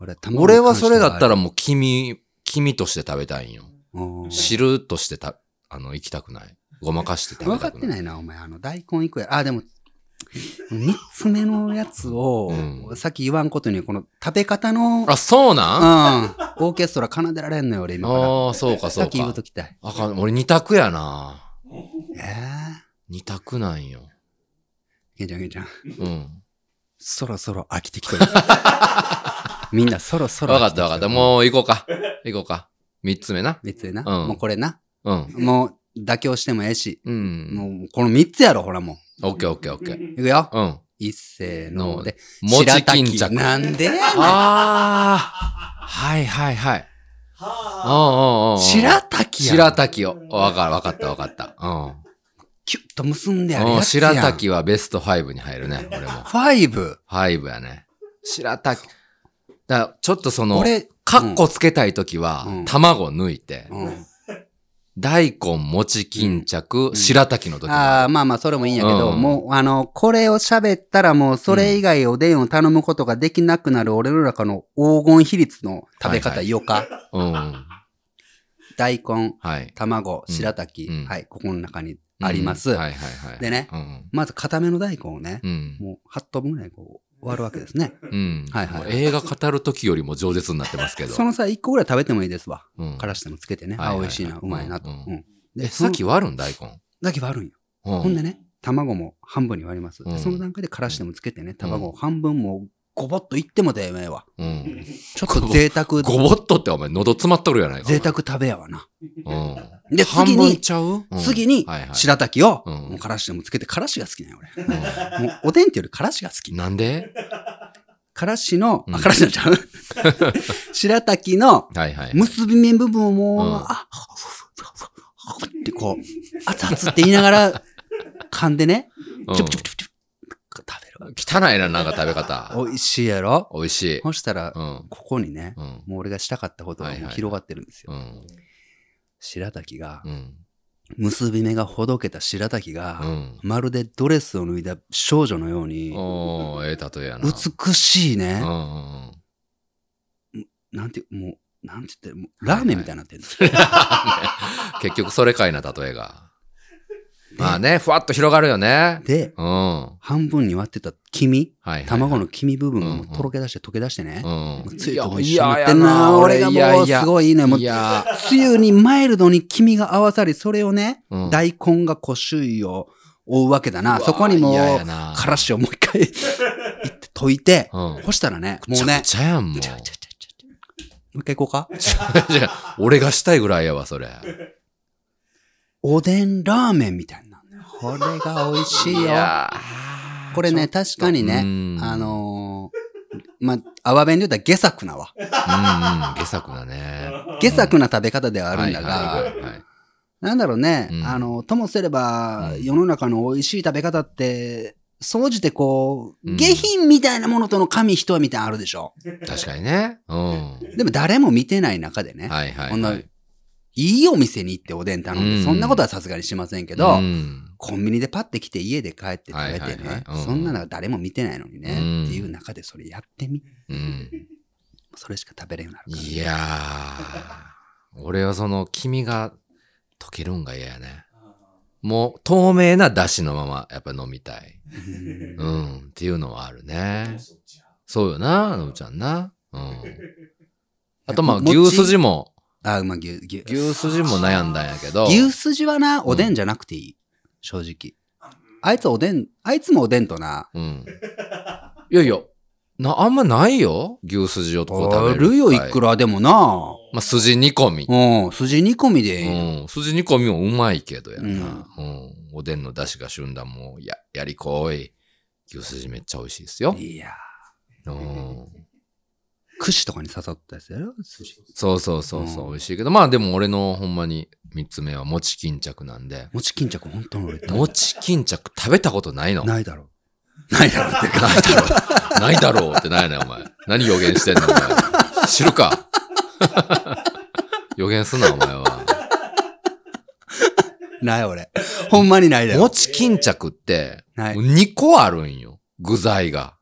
俺は
俺はそれだった
ら、
らもう黄身、黄身として食べたいんよ。
うん
汁としてた、あの、行きたくない。ごまかして食べ
分か
た
っ
く
て
な。
ないいな、お前。あの、大根いくや。あ、でも、三つ目のやつを、
うん
さっき言わんことに、この食べ方の、
あ、そうなんあ
うん。オーケストラ奏でられんのよ、俺今から。
あー、そう
さ
か、そ
っ
う
き言う
か
と。きたい。
あかん、俺二択やな。
え
二択なんよ。
ー、けんちゃんけんちゃん。
うん。
そろそろ飽きてき てる。みんなそろそろ
わか
飽
っ
きてきて
た
る
わかった。もう行こうか。行こうか。三つ目な。
別にな、
うん
もうこれな。
うん。
もう、妥協してもええし、
うん。
もう、この3つやろ、ほらも
オッケーオッケーオッケー。
う。いくよ。
うん。
いっせーので。
もち巾
白滝
着。
なんでやねん
ああ。はいはいはい。うんうんうんう
はあ。
ん。
白滝やん
白滝を。わかるわかったわかった。
キュッと結んでや
う
る
ん。う
や
ん。
つやん。
白。滝はベスト5に入るね、 俺も。
ファイブ。
5やね。白滝。だからちょっとその、
俺、
カッコつけたいときは、
うん
卵抜いて、
うん。
大根、餅、巾着、
ん
白滝の時
ああ、まあまあ、それもいいんやけど、
うん
もう、あの、これを喋ったらもう、それ以外おでんを頼むことができなくなる俺の中の黄金比率の食べ
はい
方、
はい
よか、
うん。は
大根、
い。
卵、
うん
白滝、
うん
はい、ここの中にあります。
うんはいはいはい。
でね
うん。
まず、固めの大根をね、
うん。
もう、8等分ぐらいこう、割るわけですね。
うん。
はいはい
もう映画語る時よりも饒舌になってますけど。
その際、1個ぐらい食べてもいいですわ。
うん
からしてもつけてね、
はいはい
あ、
はい
美味しいな、うまいなと。
う
うん
うん
ん。
え、
で、
さ
さ
っ
っ
き
き、
割るん大根。
だけ割るんよ。
うん
ほんでね、卵も半分に割ります。で
うん
その段階でからしてもつけてね、卵を半分もごぼっといってもでええわ。
うん。
ちょっと贅沢、
ごぼっとってお前喉詰まっとるやないか。
贅沢食べやわな。
お前。うん。
で、次
半分
に、
ちゃう、うん
次に
はいはい、
白滝を、
うん
もうからしてもつけて、からしが好きなんよ、俺。
う
もうおでんっていうよりからしが好き
ん。なんで
からしの、
うん
あ、からしのちゃう白滝の
はいはい。
結び目部分をもう、
うん
あ、ってこう、熱々って言いながら噛んでね、
うん
チュプチュプチュプチュプ食べるわ
汚いな、なんか食 べ方。
美味しいやろ
美味しい。
そしたら、
うん。
ここにね、
うん。
もう俺がしたかったことがもう広がってるんですよ。
うん。
白滝が
う、ん。
結び目がほどけた白滝が、
うん。
まるでドレスを脱いだ少女のように、
おー、ええ例えやな。
美しいね
うん、うんうん。
なんて、もう、なんて言って、もうラーメンみたいになってる、
結局それかいな、例えが。まあね、ふわっと広がるよね。
で、
うん。は
半分に割ってた黄身、
いはい。
卵の黄身部分がも
う
うん
うん
とろけ出して溶け出してね、
うん
もうつゆとも一緒になってんな俺が
いやい
もう
や
すごいいいね。もう
いや
つゆにマイルドに黄身が合わさり、それをね、
うん
大根がこう周囲を覆うわけだな。
うわ
そこにも
嫌
う
や、な
からしをもう一回 いって溶いて、
うん
干したらね、
も
も
う
う
ね
ね、。
ちゃやん、もう。
もう一回行こうか。
違う俺がしたいぐらいやわ、それ。
おでんラーメンみたいな。これが美味しいよ。
や
これね、確かに
ー、
ね、
ね
あ、のー、まあ、泡弁で言うたら下作なわ。
うんうん、下作だね。
下作な食べ方ではあるんだ
はい
が、
はいはいはい
なんだろうね、
うん
あの、ともすれば、
うん
世の中の美味しい食べ方って、総じてこ
う
う、
ん
下品みたいなものとの神一重みたいなのあるでしょ。
確かにね。うん。
でも誰も見てない中でね、
はいはい、
こん
は。
ないいいお店に行っておでん頼ん
う
で、
ん
そんなことはさすがにしませんけど、
うん
コンビニでパッて来て家で帰って食べて
はいはい
ね
はいうん、
そんなの誰も見てないのにね、
うん
っていう中でそれやってみ、
うん、
それしか食べれんようになる
いやー、俺はその黄身が溶けるんが嫌やね。もう透明な出汁のままやっぱ飲みたい。
うん
うん、っていうのはある
で
ね
も。そっちや
そうよな、のぶちゃんな。うん。あとまあ
も
牛すじも、
あ、まあ、牛、牛。
牛すじも悩んだんやけど。
牛すじはな、おでんじゃなくていい。正直。あいつおでん、あいつもおでんとな。
うん。いやいや、な、あんまないよ。牛すじをこう
あ
食べる。
るよ、いく
ら。
らでもな。
まあ、筋煮込み。
うん、筋煮込みでいい。
うん。筋煮込みもうまいけどやな。
う
うん。おでんの出汁が旬だもん。や、やりこい。牛すじめっちゃ美味しいですよ。
いや
うん。
ー、串とかに刺さったやつやろ筋。
そうそうそうそう、
うん
美味しいけど。まあでも俺のほんまに三つ目は餅巾着なんで。
餅巾着、本当に俺食べ
餅巾着食べたことないの
ないだろ。ないだろってか。
ないだろう。ないだろうってないねんお前。何予言してんの、お前。知るか。 予言すな、お前は。
ない俺。ほんまにないだよ。
餅巾着って、
ない。
2個あるんよ。具材が。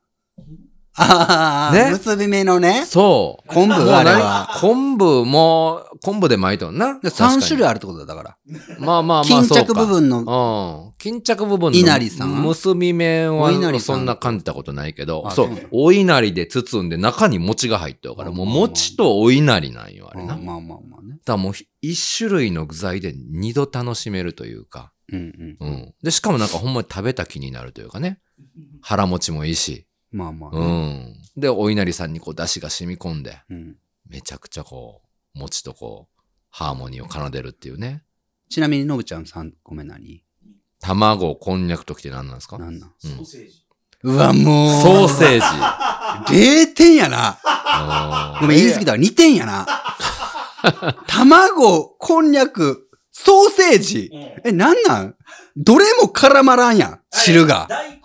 ああ、
ね
結び目のね。
そう。
昆布
もう
あれ
何
は。
昆布も、昆布で巻いとんな。
3種類
あ
あるってことだ、だから。
る。まあまあまあ、
巾
そう
着
か
部。分の、
うん。巾着部分の。
稲荷さん
結び目
お稲荷
は、
さん
そんな感じたことないけど。
あそ
そ
うな
う
の。
お稲荷で包んで中に餅が入ってるから、もう餅とお稲荷なんよ、あ
う
れ
ん
な
まあ。まあまあね。
だからもうひ一種類の具材で二度楽しめるというか、
うんうん。
うん。で、しかもなんかほんまに食べた気になるというかね、腹持ちもいいし、
まあまあ
う
ね。
ん。で、お稲荷さんにこう出汁が染み込んで、
うん。
めちゃくちゃこう、餅とこう、ハーモニーを奏でるっていうね。
ちなみに、のぶちゃん3個目何
卵、こんにゃくときって何なんですか
何なん
ソーセージ。
うわ、もう。
ソーセ ージ。
0点やな。
あー
ごめん、言い過ぎたわ。2点やな。卵、こんにゃく、ソーセージ。
うん
え、なんなんどれも絡まらんやん。汁が。
大根、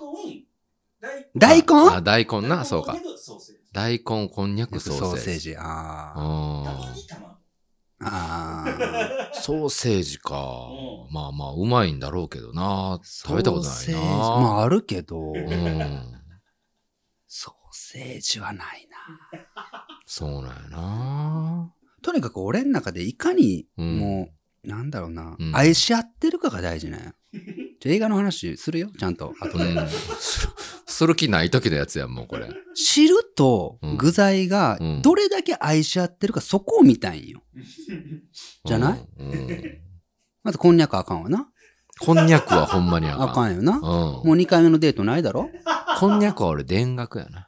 大根。
大根
あ、大根な、そうか
大。根ソーセージ。
大根、こんにゃく、ソ
ソ
ー
ー
セ
セー
ージ。
ジ。あ
たま
あ
に卵。
ーあ
ーソーセージか
う。
まあまあ、うまいんだろうけどな。
ー。
食べたことな
ソーセー
いな
ジ。まあ、あるけど、
うん。
ソーセージはないな。
そうなんやな。
とにかく俺の中でいかに、
うん
もう、なんだろうな、
うん
愛し合ってるかが大事 なんや。じゃあ映画の話するよ、ちゃんと。あと
う
で。
ん。するする気ない時のやつやん、もうこれ。
汁と具材が
うん
どれだけ愛し合ってるかそこを見たいんよ。じゃない
うんうん
まずこんにゃくあかんわな。
こんにゃくはほんまにあ
あ
かん。
かんよな。
う。
もうん2回目のデートないだろ
こんにゃくは俺、田楽やな。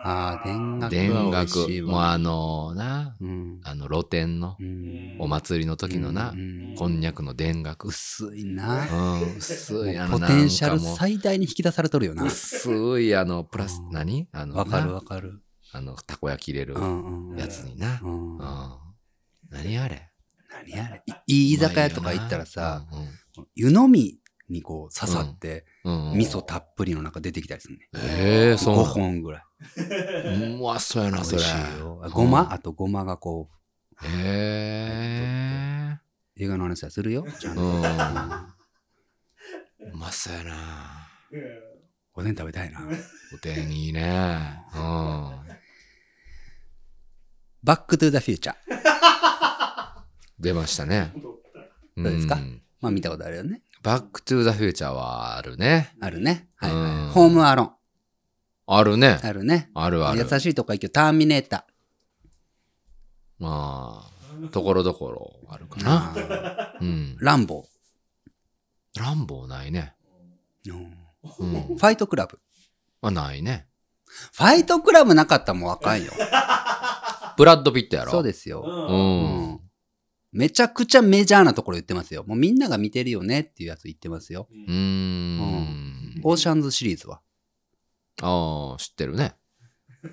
ああ、田楽は
田
美味
楽
しい。
もう
わ。
あのな、
うん。
あの露店の
う
うん
ん。
お祭りの時のな
う、ん
こんにゃくの田楽。
薄いな。
うん、薄いあ
ポ
の
テンシャル
なんか
最大に引き出されとるよ
もう
な。
薄いあの、プラス
う、ん
何あの、
わかる
な
わかる。
あの、たこ焼き入れる
うんうんうん。
やつにな。
うん
うん。何あれ
何やれ。いい居酒屋とか行ったらさ、、
うまいよ
湯飲みにこう刺さって、
なうんうんうん
味噌たっぷりの中出てきたりするね。
ええそう
5
なの
本ぐらい。
うまそうや
美
な、そ
味
れ。
しいよ。あごまあとごまがこ
へ
う、映画の話はするよ。ちゃん
え。
と。
う
うん
ん。
お
うまそうやな。
でん食べたいな。
おでんいいね。うん。
バックトゥーザフューチャー。
出ましたね。ど
どうですかまあ見たことあるよね。
バックトゥーザフューチャーはあるね。
あるね。はいはい
うん
ホームアロン。
あるね。
あるね。
あるある。
優しいとこ行くよ。ターミネータ
まあ、ところどころあるか
ー。
な。
あー
うん。
ランボ
ランボーないね。
ー。うん
うん
フ。ァイトクラブ。
まあ、ないね。
ファイトクラブなかったらもう若い よ。
ブラッド・ピットやろ。。
そうですすよ。
う
うん。
ん。う
めちゃくちゃメジャーなところ言ってますよ。もうみんなが見てるよねっていうやつ言ってますよ。
ーん。
オーシャンズシリーズは。
ああ、知ってるね。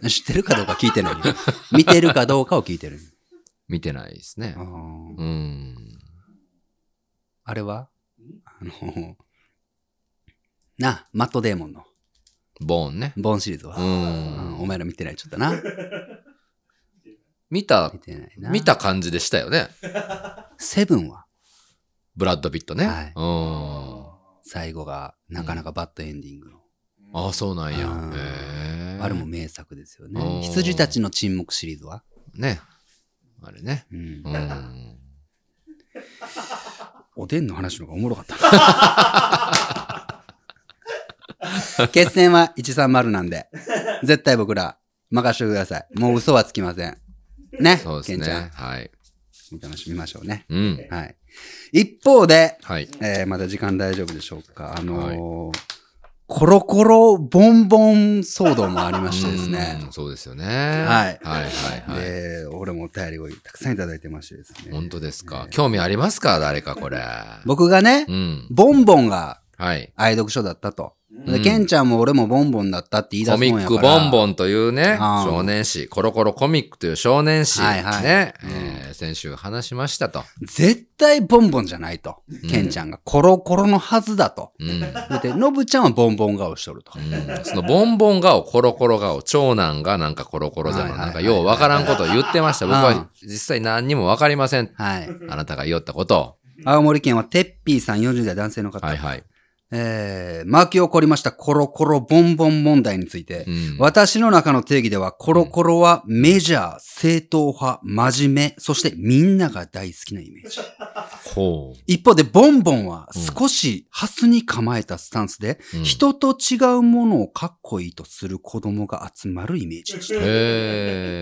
知ってるかどうか聞いてないよ。 見てるかどうかを聞いてる。
見てないですね
あ。ー
うん。
あれは
ん
あの、なあ、マットデーモンの、
ボーンね。
ボーンシリーズは。
う
うん
ん。
お前ら見てないちょっとな。
見た
見、てないな。
見た感じでしたよね。
セブンは、
ブラッド・ピットね。
はい
うん。
最後が、なかなかバッドエンディングの。
ああ、そうなんや
うん。
へえ。
あれも名作ですよね
う。ん
羊たちの沈黙シリーズは。
ね。あれね。
うん
う。 ん。
おでんの話の方がおもろかったな。 決戦は130なんで、絶対僕ら任せてください。もう嘘はつきません。ね。
そうで
ケ
す
ンちゃん
ね。、はい。
見てまし見ましょうね。
うん。
はい。一方で、
はい。
えーまだ時間大丈夫でしょうか。あのーコロコロボンボン騒動もありましてです
う
ね
ん。そうですよね。はいはいはいはい。
で、俺もお便りをたくさんいただいてましてですね。
本当ですか。興味ありますか誰かこれ。
僕がね
う、ん。
ボンボンが
はい。
愛読書だったと。
うん
で、ケンちゃんも俺もボンボンだったって言い出
コ
すもんや
ミ
から
ックボンボンというね、
あー
少年誌、コロコロコミックという少年誌、
はいはい
ね、
うん
えー先週話しましたと。
絶対ボンボンじゃないと。ケンちゃんがコロコロのはずだと。
うん。うん
だって、ノブちゃんはボンボン顔しとると。
そのボンボン顔、コロコロ顔、長男がなんかコロコロじゃ
はいは
な
い
なん
は
か
い
ようわからんことを言ってました。僕
う
は
ん
実際何にもわかりません。
はい。
あなたが言おったことを。
青森県はてっぴーさん40代男性の方。
はいはい。
えー、巻き起こりましたコロコロボンボン問題について
う。ん
私の中の定義では、コロコロはメジャー、正統派、真面目、そしてみんなが大好きなイメージ。
ほ
一方で、ボンボンは少しハスに構えたスタンスで、
う。うん
人と違うものをかっこいいとする子供が集まるイメージでした。
へ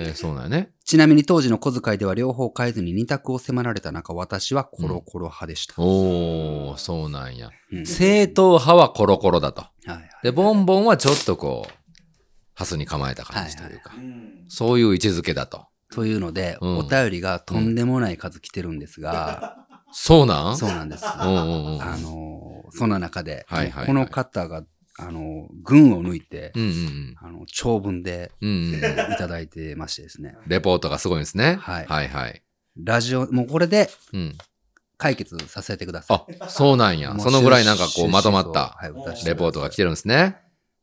え、そうだよね。
ちなみに当時の小遣いでは両方変えずに二択を迫られた中、私はコロコロ派でした。
おお、そうなんや。
うん
正統派はコロコロだと。
はいはい
で、ボンボンはちょっとこう、ハスに構えた感じというか、
うん
そういう位置づけだと。
というので、
うん
お便りがとんでもない数来てるんですが、
そうなん
そうなんです。
うんうんうん。
あのーそんな中で、
はいはいはい
この方が、あのー群を抜いて、
うんうん
あの、長文で
うん。うんうんうん。
いただいてましてですね。
レポートがすごいんですね。
はい
はいはい。
ラジオ、もうこれで
うん。
解決させてください。
あ、そうなんや。
もう
そのぐらいなんかこうまとまった
収集をはい、
レポートが来て
る。
るんですね。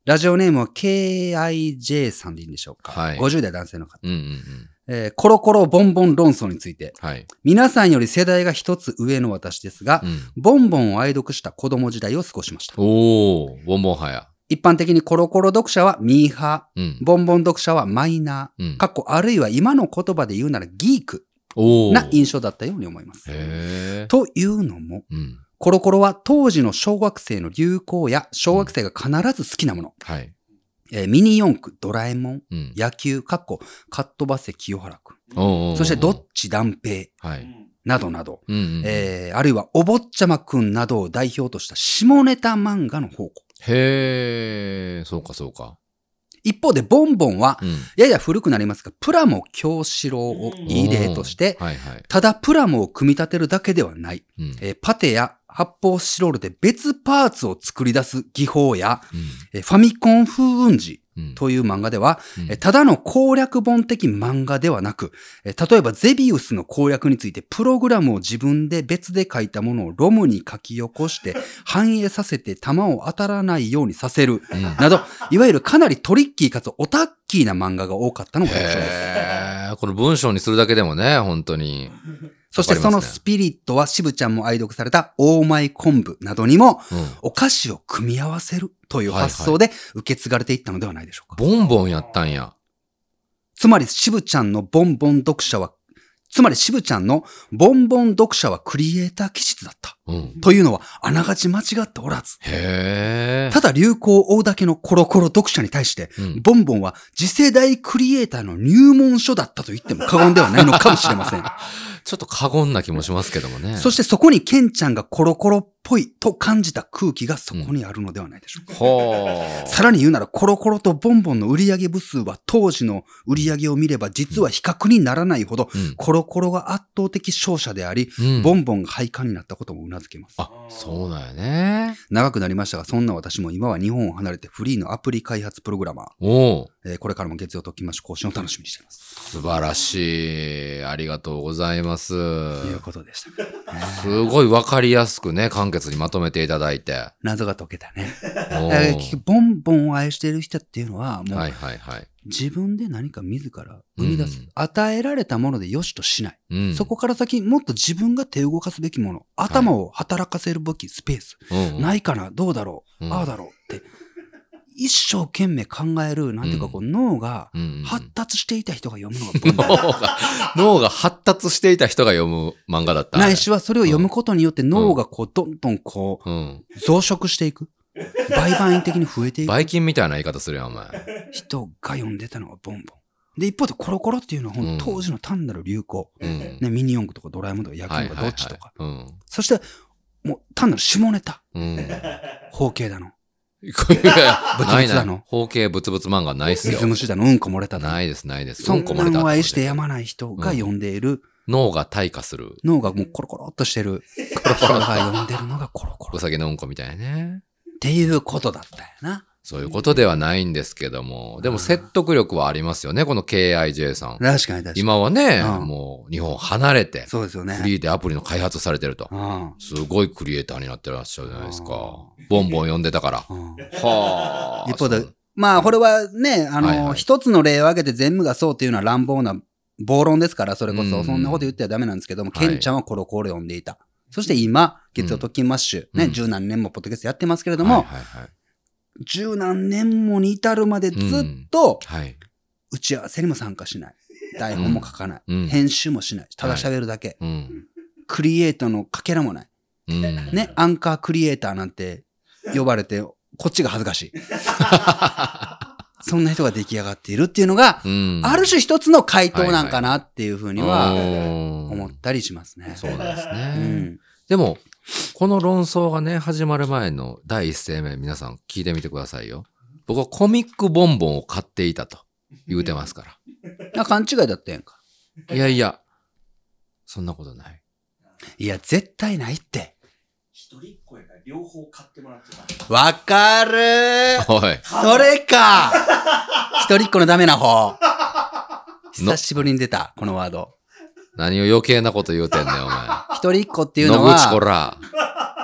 ラジオネームは KIJ さんでいいんでしょうか。
はい
50代男性の方。
うんうんうん。
えーコロコロボンボン論争について。
はい。
皆さんより世代が一つ上の私ですが
う、ん。
ボンボンを愛読した子供時代を過ごしました。
おー、ボンボン派や。
一般的にコロコロ読者はミーハ
うん
ー、。ボンボン読者はマイナ
うん
ー、かっこあるいは今の言葉で言うならギーク
おー。
な印象だったように思います。
へー。
というのも、
うん。
コロコロは当時の小学生の流行や小学生が必ず好きなもの、
はい。
えーミニ四駆、ドラえもん、
うん。
野球、かっこ、かっ飛ばせ清原くん、
おーおーおー
そしてどっち断平
は
う
い。
ん
などなど、
うんうん。
えーあるいはお坊ちゃまくんなどを代表とした下ネタ漫画の宝庫。
へー。そうかそうか。
一方でボンボンは、
うん。
やや古くなりますが、プラモ京四郎をいい例として、
はいはい。
ただプラモを組み立てるだけではない、
うん。うん
えーパテや発泡スチロールで別パーツを作り出す技法や、えーファミコン風雲児
うん。
という漫画では、
うん
えーただの攻略本的漫画ではなく、えー例えばゼビウスの攻略についてプログラムを自分で別で書いたものをロムに書き起こ して反映させて弾を当たらないようにさせる、
うん
な ど、いわゆるかなりトリッキーかつオタッキーな漫画が多かったのが印象です。
へー。この文章にするだけでもね、本当に。
そしてそのスピリットは渋ちゃんも愛読されたオーマイ昆布などにも
うん。
お菓子を組み合わせるという発想で受け継がれていったのではないでしょうか。
ボンボンやったんや。
つまり渋ちゃんのボンボン読者は、つまり渋ちゃんのボンボン読者はクリエイター気質だった。
うん。
というのはあながち間違っておらず。
へえ。
ただ流行を追うだけのコロコロ読者に対して、
うん
ボンボンは次世代クリエイターの入門書だったと言っても過言ではないのかもしれません。
ちょっと過言な気もしますけどもね。
そしてそこにケンちゃんがコロコロっぽいと感じた空気がそこにあるのではないでしょうか。
ほう。
さらに言うならコロコロとボンボンの売り上げ部数は当時の売り上げを見れば実は比較にならないほど
うん
コロコロが圧倒的勝者であり、
うん
ボンボンが廃刊になったこともうなずけます。
あ、そうだよね。
長くなりましたが、そんな私も今は日本を離れてフリーのアプリ開発プログラマー、
おう。
えーこれからも月曜ときまし更新を楽しみにしています。
素晴らしい。ありがとうございます。
ということでした。
すごいわかりやすくね、簡潔にまとめていただい て。
謎が解けたね。
おう
えー結局ボンボンを愛している人っていうのは、もう
はいはいはい。
自分で何か自ら生み出す、
うん
与えられたもので良しとしない。
うん。
そこから先、もっと自分が手を動かすべきもの、頭を働かせるべきスペース、
うんうん、
ないかな、どうだろう、
うん
ああだろうって、一生懸命考える、なんていうか、こう、脳が
うんうん
発達していた人が読むのが文
脳
化。
が、脳が発達していた人が読む漫画だった。
ないしはそれを読むことによって脳がこうどんどんこ
うん。
う増殖していく。倍々的に増えていく
バイキンみたいな言い方するやん、お前。
人が読んでたのがボンボン。で、一方でコロコロっていうのはほんと
うん
当時の単なる流行。
うん。
ね、ミニ四駆とかドラえもんとか野球とかどっちとか。
はいはいはい
そして、もう単なる下ネタ。
うん。 うん。
包茎だの。
いやいや、
ブツブツ
ないな
だ
い
の。
包茎ブツブツ漫画ないっすよ
水。虫だの、うんこ漏れただ
な
の。
いです、ないです。
そん
こ
な
漏れた
ん
後
を愛してやまない人が読んでいる、
脳が退化する。
脳がもうコロコロっとしてる人が読んでるのがコロコロ。
う
っ
さぎのうんこみたいなね。
ていうことだったよな。
そういうことではないんですけども。でも説得力はありますよね、この KIJ さん。
確かに確かに。
今はね、
うん
もう日本を離れて、
そうですよね。
フリーでアプリの開発をされてると
う。ん。
すごいクリエイターになってらっしゃるじゃないですか
うん。
ボンボン読んでたから。
うん
はあ。
一方で
そう
まあ、これはね、あ
はいは
の、
い
一つの例を挙げて全部がそうというのは乱暴な暴論ですから、それこ
う
そ、
ん
そんなこと言ってはダメなんですけども、
はい
ケンちゃんはコロコロ読んでいた。そして今、月曜特勤マッシュ、
う
ね、
ん
十何年もポッドキャストやってますけれども、
はいはい
十何年もに至るまでずっと、
はい。はい。
打ち合わせにも参加しない。台本も書かな
う
い。
ん。
編集もしない。ただ喋るだけ。
うん。
クリエイトのかけらもない。
うん。
ね、アンカークリエイターなんて呼ばれて、こっちが恥ずかしい。 そんな人が出来上がっているっていうのが、
うん。
ある種一つの回答なんかなっていうふうには
思
思ったりしますね。
そうなんです
う
ね。
ん。
でも、この論争がね、始まる前の第一声目、皆さん聞いてみてくださいよ。僕はコミックボンボンを買っていたと言うてますか
あ勘違いだったやんか。
ら。いやいや、そんなことない。
いや、絶対ないって。
一人っ子やから両方買ってもらってた。
わかる ー
おい。
それか一人っ子のダメな方。久しぶりに出た、このワード。
何を余計なこと言うてんねん、お前。
一人っ子っていうの
野口こ
は、
ら。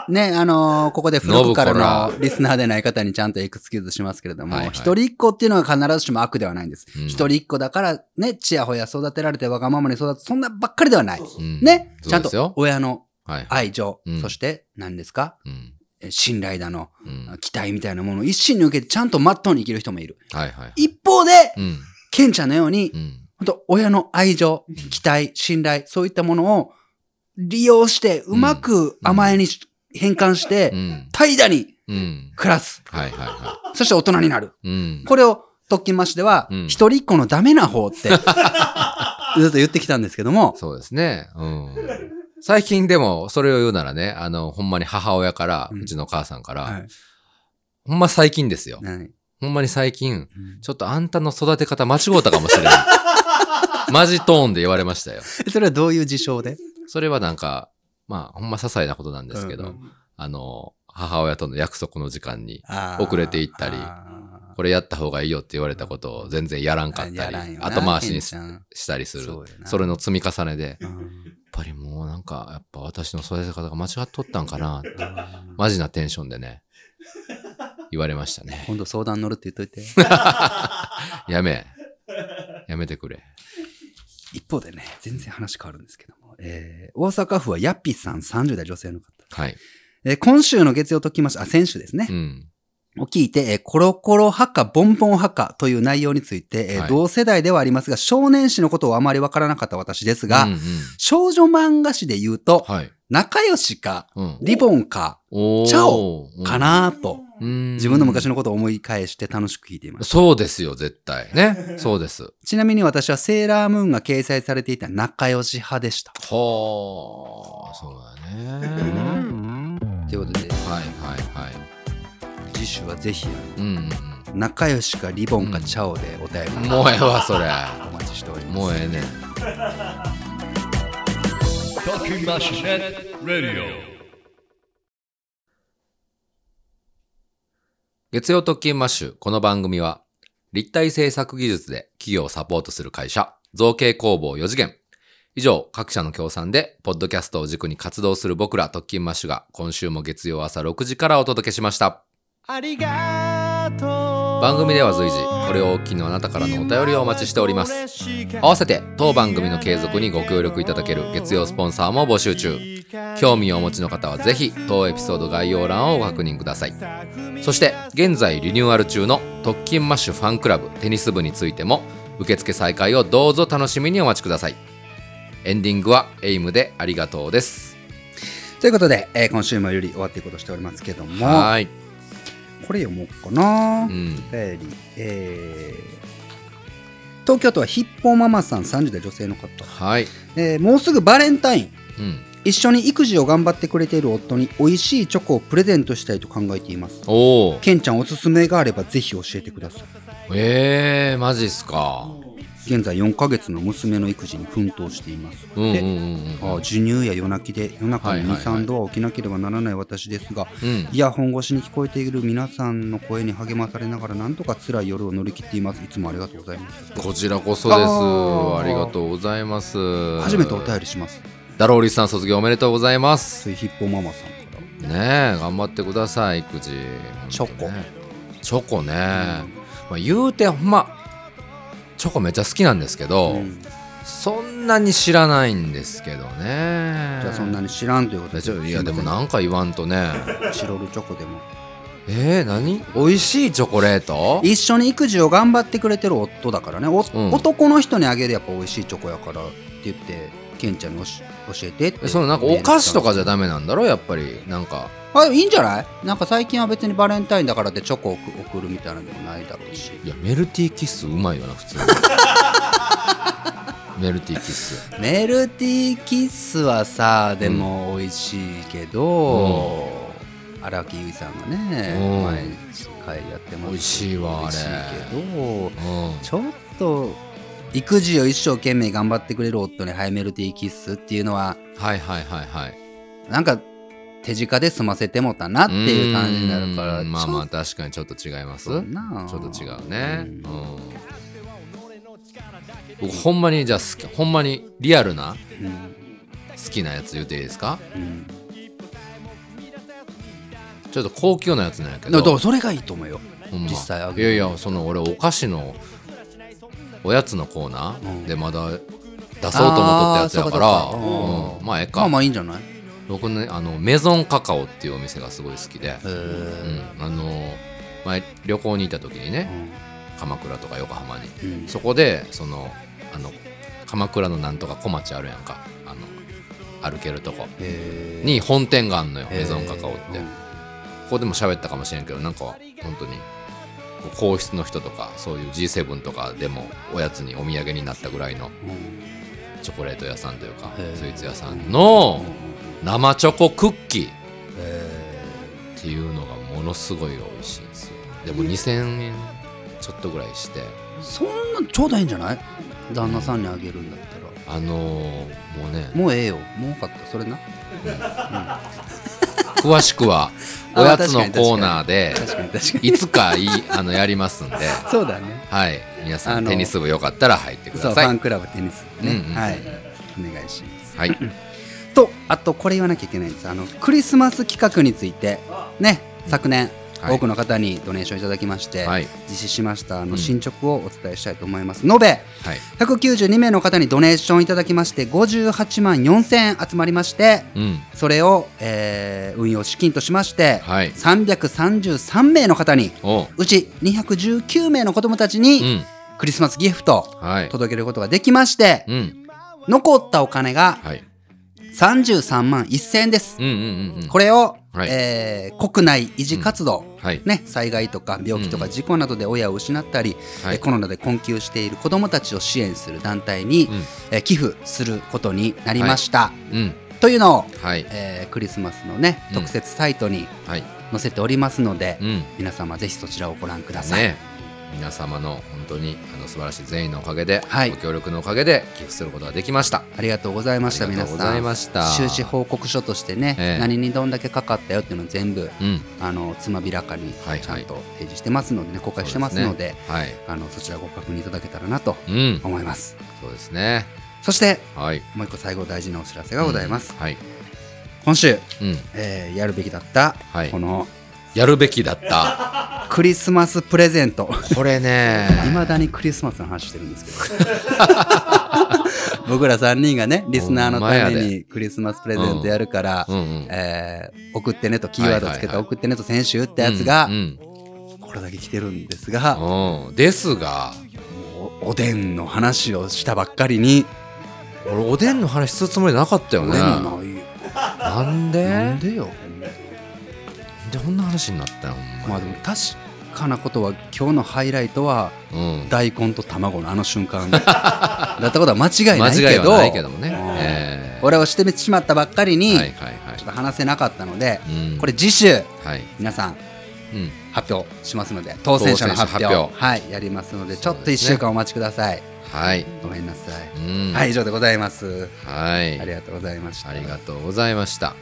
ね、あのーここで古くから
ノブコ
のリスナーでない方にちゃんとエクスキューズしますけれども、
はいはい
一人っ子っていうのは必ずしも悪ではないんです。
うん
一人っ子だからね、ちやほや育てられてわがままに育つ、そんなばっかりではない
そう。そうう。
ん
ね、ち
そ
ゃ
うんです
と
よ。
親の
はい。
愛情、
うん
そして何ですか
うん。
え信頼だの、
うん。はい
期待みたいなものを一身に受けてちゃんとまっとうに生きる人もいる。
はいはい。
一方で、
うん。
ケンちゃんのように、
うん。
本当親の愛情、期待、信頼、そういったものを利用して、うまく甘えにし変換し
う
て、
ん。
怠惰に
うん。
暮らす。
はいはいは
そして大人になる。
い。うん。
これを、特訓マッシュでは、
うん
一人っ子のダメな方って、ずっと言ってきたんですけども、
そうですね。うん。最近でも、それを言うならね、あの、ほんまに母親から、
うん
うちの母さんから、
はい
ほんま最近ですよ。
はい
ほんまに最近、
うん
ちょっとあんたの育て方間違うたかもしれない。 マジトーンで言われましたよ。
それはどういう事象で
それはなんか、まあ、ほんま些細なことなんですけど、
うん
あの、母親との約束の時間に、
遅
遅れていったりこれやった方がいいよって言われたことを全然やらんかったり、後回しにししたりする。それの積み重ねで、やっぱりもうなんか、やっぱ私の育て方が間違っとったんかな、マジなテンションでね、言われましたね。
今度相談乗るって言っといて。
やめ。やめてくれ。
一方でね、全然話変わるんですけども、えー、大阪府はヤッピーさん30代女性の方。
はい。
えー今週の月曜ときました、あ、先週ですね
う。ん。
を聞いて、えーコロコロ派かボンボン派かという内容について、えー
はい
同世代ではありますが、少年誌のことをあまりわからなかった私ですが、
うんうん
少女漫画誌で言うと、
はい。
仲良しか、
うん。
リボンか、
おー
チャオかなと、
うん
自分の昔のことを思い返して楽しく聞いています。
そうですよ、絶対。ね。そうです。
ちなみに私はセーラームーンが掲載されていた仲良し派でした。
ほー。そう
う
だね。
んということで、
はいはいはい。
次週はぜひ、
うん、うん
仲良しかリボンかチャオでお便
うん。
り
もうええわ、それ。
お待ちしております。
もうええねん。
Talking Machine Radio.
月曜特勤マッシュ、この番組は、立体制作技術で企業をサポートする会社、造形工房4次元。以上、各社の協賛で、ポッドキャストを軸に活動する僕ら特勤マッシュが、今週も月曜朝6時からお届けしました。
ありがとう
番組では随時、これをお聞きのあなたからのお便りをお待ちしております。合わせて、当番組の継続にご協力いただける月曜スポンサーも募集中。興味をお持ちの方はぜひ当エピソード概要欄をご確認くださいそして現在リニューアル中の「特勤マッシュファンクラブテニス部」についても受付再開をどうぞ楽しみにお待ちくださいエンディングは「エイムでありがとう」です
ということで、えー今週もより終わっていこうとしておりますけども、
はーい、
これ読もうかな。
うん、
お便り、えー東京都はヒッポーママさん30代女性の方、
はい、
えーもうすぐバレンタイン。
うん、
一緒に育児を頑張ってくれている夫に美味しいチョコをプレゼントしたいと考えています。
おお
ケンちゃんおすすめがあればぜひ教えてください。
えー、マジっすか
現在4ヶ月の娘の育児に奮闘しています。
うんうん
で
うんうん
ああ授乳や夜泣きで夜中に
はいはいはい
23度は起きなければならない私ですが、
うん
イヤホン越しに聞こえている皆さんの声に励まされながらなんとか辛い夜を乗り切っていますいつもありがとうございます
こちらこそです
あー
ありがとうございます
初めてお便りします
ダローリスさん卒業おめでとうございます
ついヒッポママさんから
ねえ頑張ってください育児
チョコ
本当ねチョコね、まあ、言うてほんまチョコめっちゃ好きなんですけど、
うんじ
そんなに知らないんですけどね
ゃあそんなに知らんということ
え
で
ちょいや
す
で
い
も
ません
なんか言わんとね
チロルチョコでも
えー、何美味しいチョコレート
一緒に育児を頑張ってくれてる夫だからねお
うん
男の人にあげるやっぱ美味しいチョコやからって言ってケンちゃんにおし教えてって
えそのなんかお菓子とかじゃダ
メ
メなんだろやっぱりなんか
あいいんじゃないなんか最近は別にバレンタインだからってチョコを送送るみたいなのでもないだろうし
いやメルティーキッスうまいよな普 通にメルティーキッス
メルティーキッスはさでも美味しいけど、荒木由衣さんがね、
うん
毎回やってます
美味しいわ
美
あれ
味しいけど
うん
ちょっと育児を一生懸命頑張ってくれる夫にハイメルティーキッスっていうのは
はいはいはいはい
なんか手近で済ませてもたなっていう感じになるから
うーんまあまあ
ち
確かにちょっと違いますち
そ
ょっ
うなあ
と違う
うん
ねうん僕ほんまにじゃあ好きほんまにリアルな
ょうん
好きなやつ言うていいですか
うん
ちょっと高級なやつなんやけ
だ
ど
からそれがいいと思うよ
ほんま
実際あ
い
げ
や
る
いやその俺お菓子のおやつのコーナーでまだ出そうと思っとったやつやから
あーそうかそうか
うんまあ
ま
ええ
あ
か
まあいいんじゃないへ
僕ねあのメゾンカカオっていうお店がすごい好きで、う
え
ん、あの前旅行に行った時にね
う
鎌倉とか横浜に
んうん
そこでそのあの鎌倉のなんとか小町あるやんかあの歩けるとこ
へえ
に本店があんのよメゾンカカオっ
へ
て
え
ここでも喋ったかもしれんけどなんか本当にこう皇室の人とかそういう G7 とかでもおやつにお土産になったぐらいの
うんうん
チョコレート屋さんというか
へえ
スイーツ屋さんの
うんうん
生チョコクッキー
へ
っていうのがものすごい美味しいんですよでも2000円ちょっとぐらいして
えそんなんちょうどいいんじゃない旦那さんにあげるんだったら
あのーもうね
もうええよもう分かったそれな
詳しくは
あー
おやつのコーナーで
確かに確かに
いつかいあのやりますんで、
そうだね
はい、皆さ
あ
ん
の
テニス部よかったら入ってく
そう
だ
フ
さ
ァン
い。
クラブテニスね、
うんうん
はいお願いします
はい、
とあとこれ言わなきゃいけないんですあのクリスマス企画についてね昨年、
はい
多くの方にドネーションいただきまして、
はい
実施しましたあ
う
の
ん
進捗をお伝えしたいと思います、延べ
はい、
192名の方にドネーションいただきまして58万4000円集まりまして
うん、
それを、えー運用資金としまして、
はい
333名の方に
おう、
うち219名の子どもたちに、
うん、
クリスマスギフト
はい、
届けることができまして、
うん、
残ったお金が
はい、
33万1000円です。
うん、うん、うん、うん、
これを、
はい
えー国内維持活動、
はい、
ね、災害とか病気とか事故などで親を失ったり、
はい
えーコロナで困窮している子どもたちを支援する団体に、
うん
えー寄付することになりました。
うん、
というのを、
はい、
えークリスマスのね
うん
特設サイトに
はい、
載せておりますので、
うん、
皆様ぜひそちらをご覧ください。
ね、皆様の本当にあの素晴らしい善意のおかげで、
はい
ご協力のおかげで寄付することができました。
ありがとうございました
ありが
皆
とう
さん
ございました
収支報告書としてね、
ええ
何にどんだけかかったよっていうのを全部
うん、
あのつまびらかに
はいはい
ちゃんと提示してますのでね公開してますので
はい、
あのそちらご確認いただけたらなと
うん、
思います
そうですね、
そして
はい、
もう一個最後大事なお知らせがございます、
うんはい、
今週、
うん、
えーやるべきだった、
はい
この
やるべきだった。
クリスマスプレゼント
これね、
いまだにクリスマスの話してるんです けど僕ら3人がねリスナーの
ほんま
た
や
め
で
にクリスマスプレゼントやるから、
うん、うん、
えー送ってねとキーワードつけ
はいはいは
た
い
送ってねと選手打ったやつが
うんうん
これだけ来てるんですが
うんですが
おおでんの話をしたばっかりに
俺おでんの話するつもりなかったよ
お
ね
でんのないよ
なんで
なんでよ
でこんな話になったよ
ま
ほんま
あでも確かなことは今日のハイライトは
うん
大根と卵のあの瞬間だ ったことは間違いない
間違
け
い
ど
はないけどもね
うん
ええ
俺をしてしまったばっかりに
はいはいはい
ちょっと話せなかったので
うん
これ次週
はい
皆さん
うん
発表しますので当選者の発
当選者
表
発
はいやりますのでちょっ
そう
と1
ですね
週間お待ちください
はい
ごめんなさい
うん
はい、以上でございます。
はい
ありがとうございました。
ありがとうございました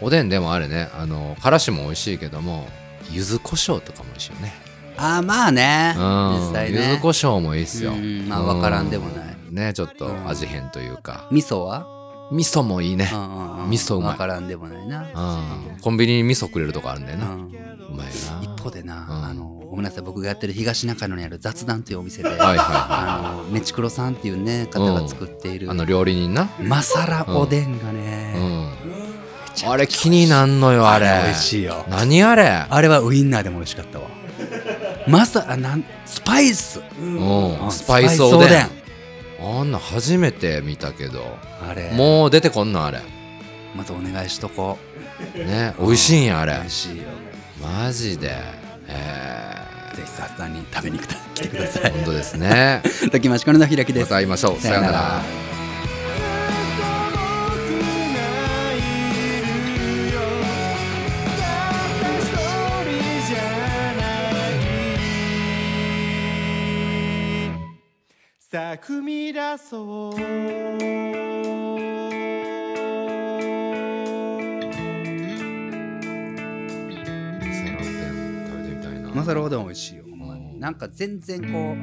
おでんでもあれねあのからしも美味しいけども柚子胡椒とかも美味しいよね
あー、まあね。実際
うん柚
ね
子。胡椒もいいっすよ
うんまあ
うん
わからんでもない
ねちょっと
うん
味変というか
味噌は
味噌もいいね
うんうんうん
味噌うまい
わからんでもないな。
うんコンビニに味噌くれるとこあるんだよ
う
な。
ん
うまいな。
一方でな、
うん
あの、ごめんなさい、僕がやってる東中野にある雑談というお店で、
はいは
あの、ねちくろさんっていうね、方が作ってい
い
る、
はい。あの料理人な。
マサラおでんが
う
ね、
ん。あれ気になんのよ、あれ。
美味しいよ。
何あれ
あれはウインナーでも美味しかったわ。マサラ、なん、スパイス。
う
うん
ん。スパイスお
ス
でん。あんな初めて見たけど。
あれ、
もう出てこんのあれ。
またお願いしとこう。
ね。美味しいんや、あれ
美。味しいよ。
マジで。え
ぜひ雑談に食べに来た来てくださ
え。
い。
本当ですね。
時ましこののひらきで。
ますた会いましょう。さような
さような
ら
ら。
さあ踏み出そう
マサローうどん美味しいよほんまになんか全然こ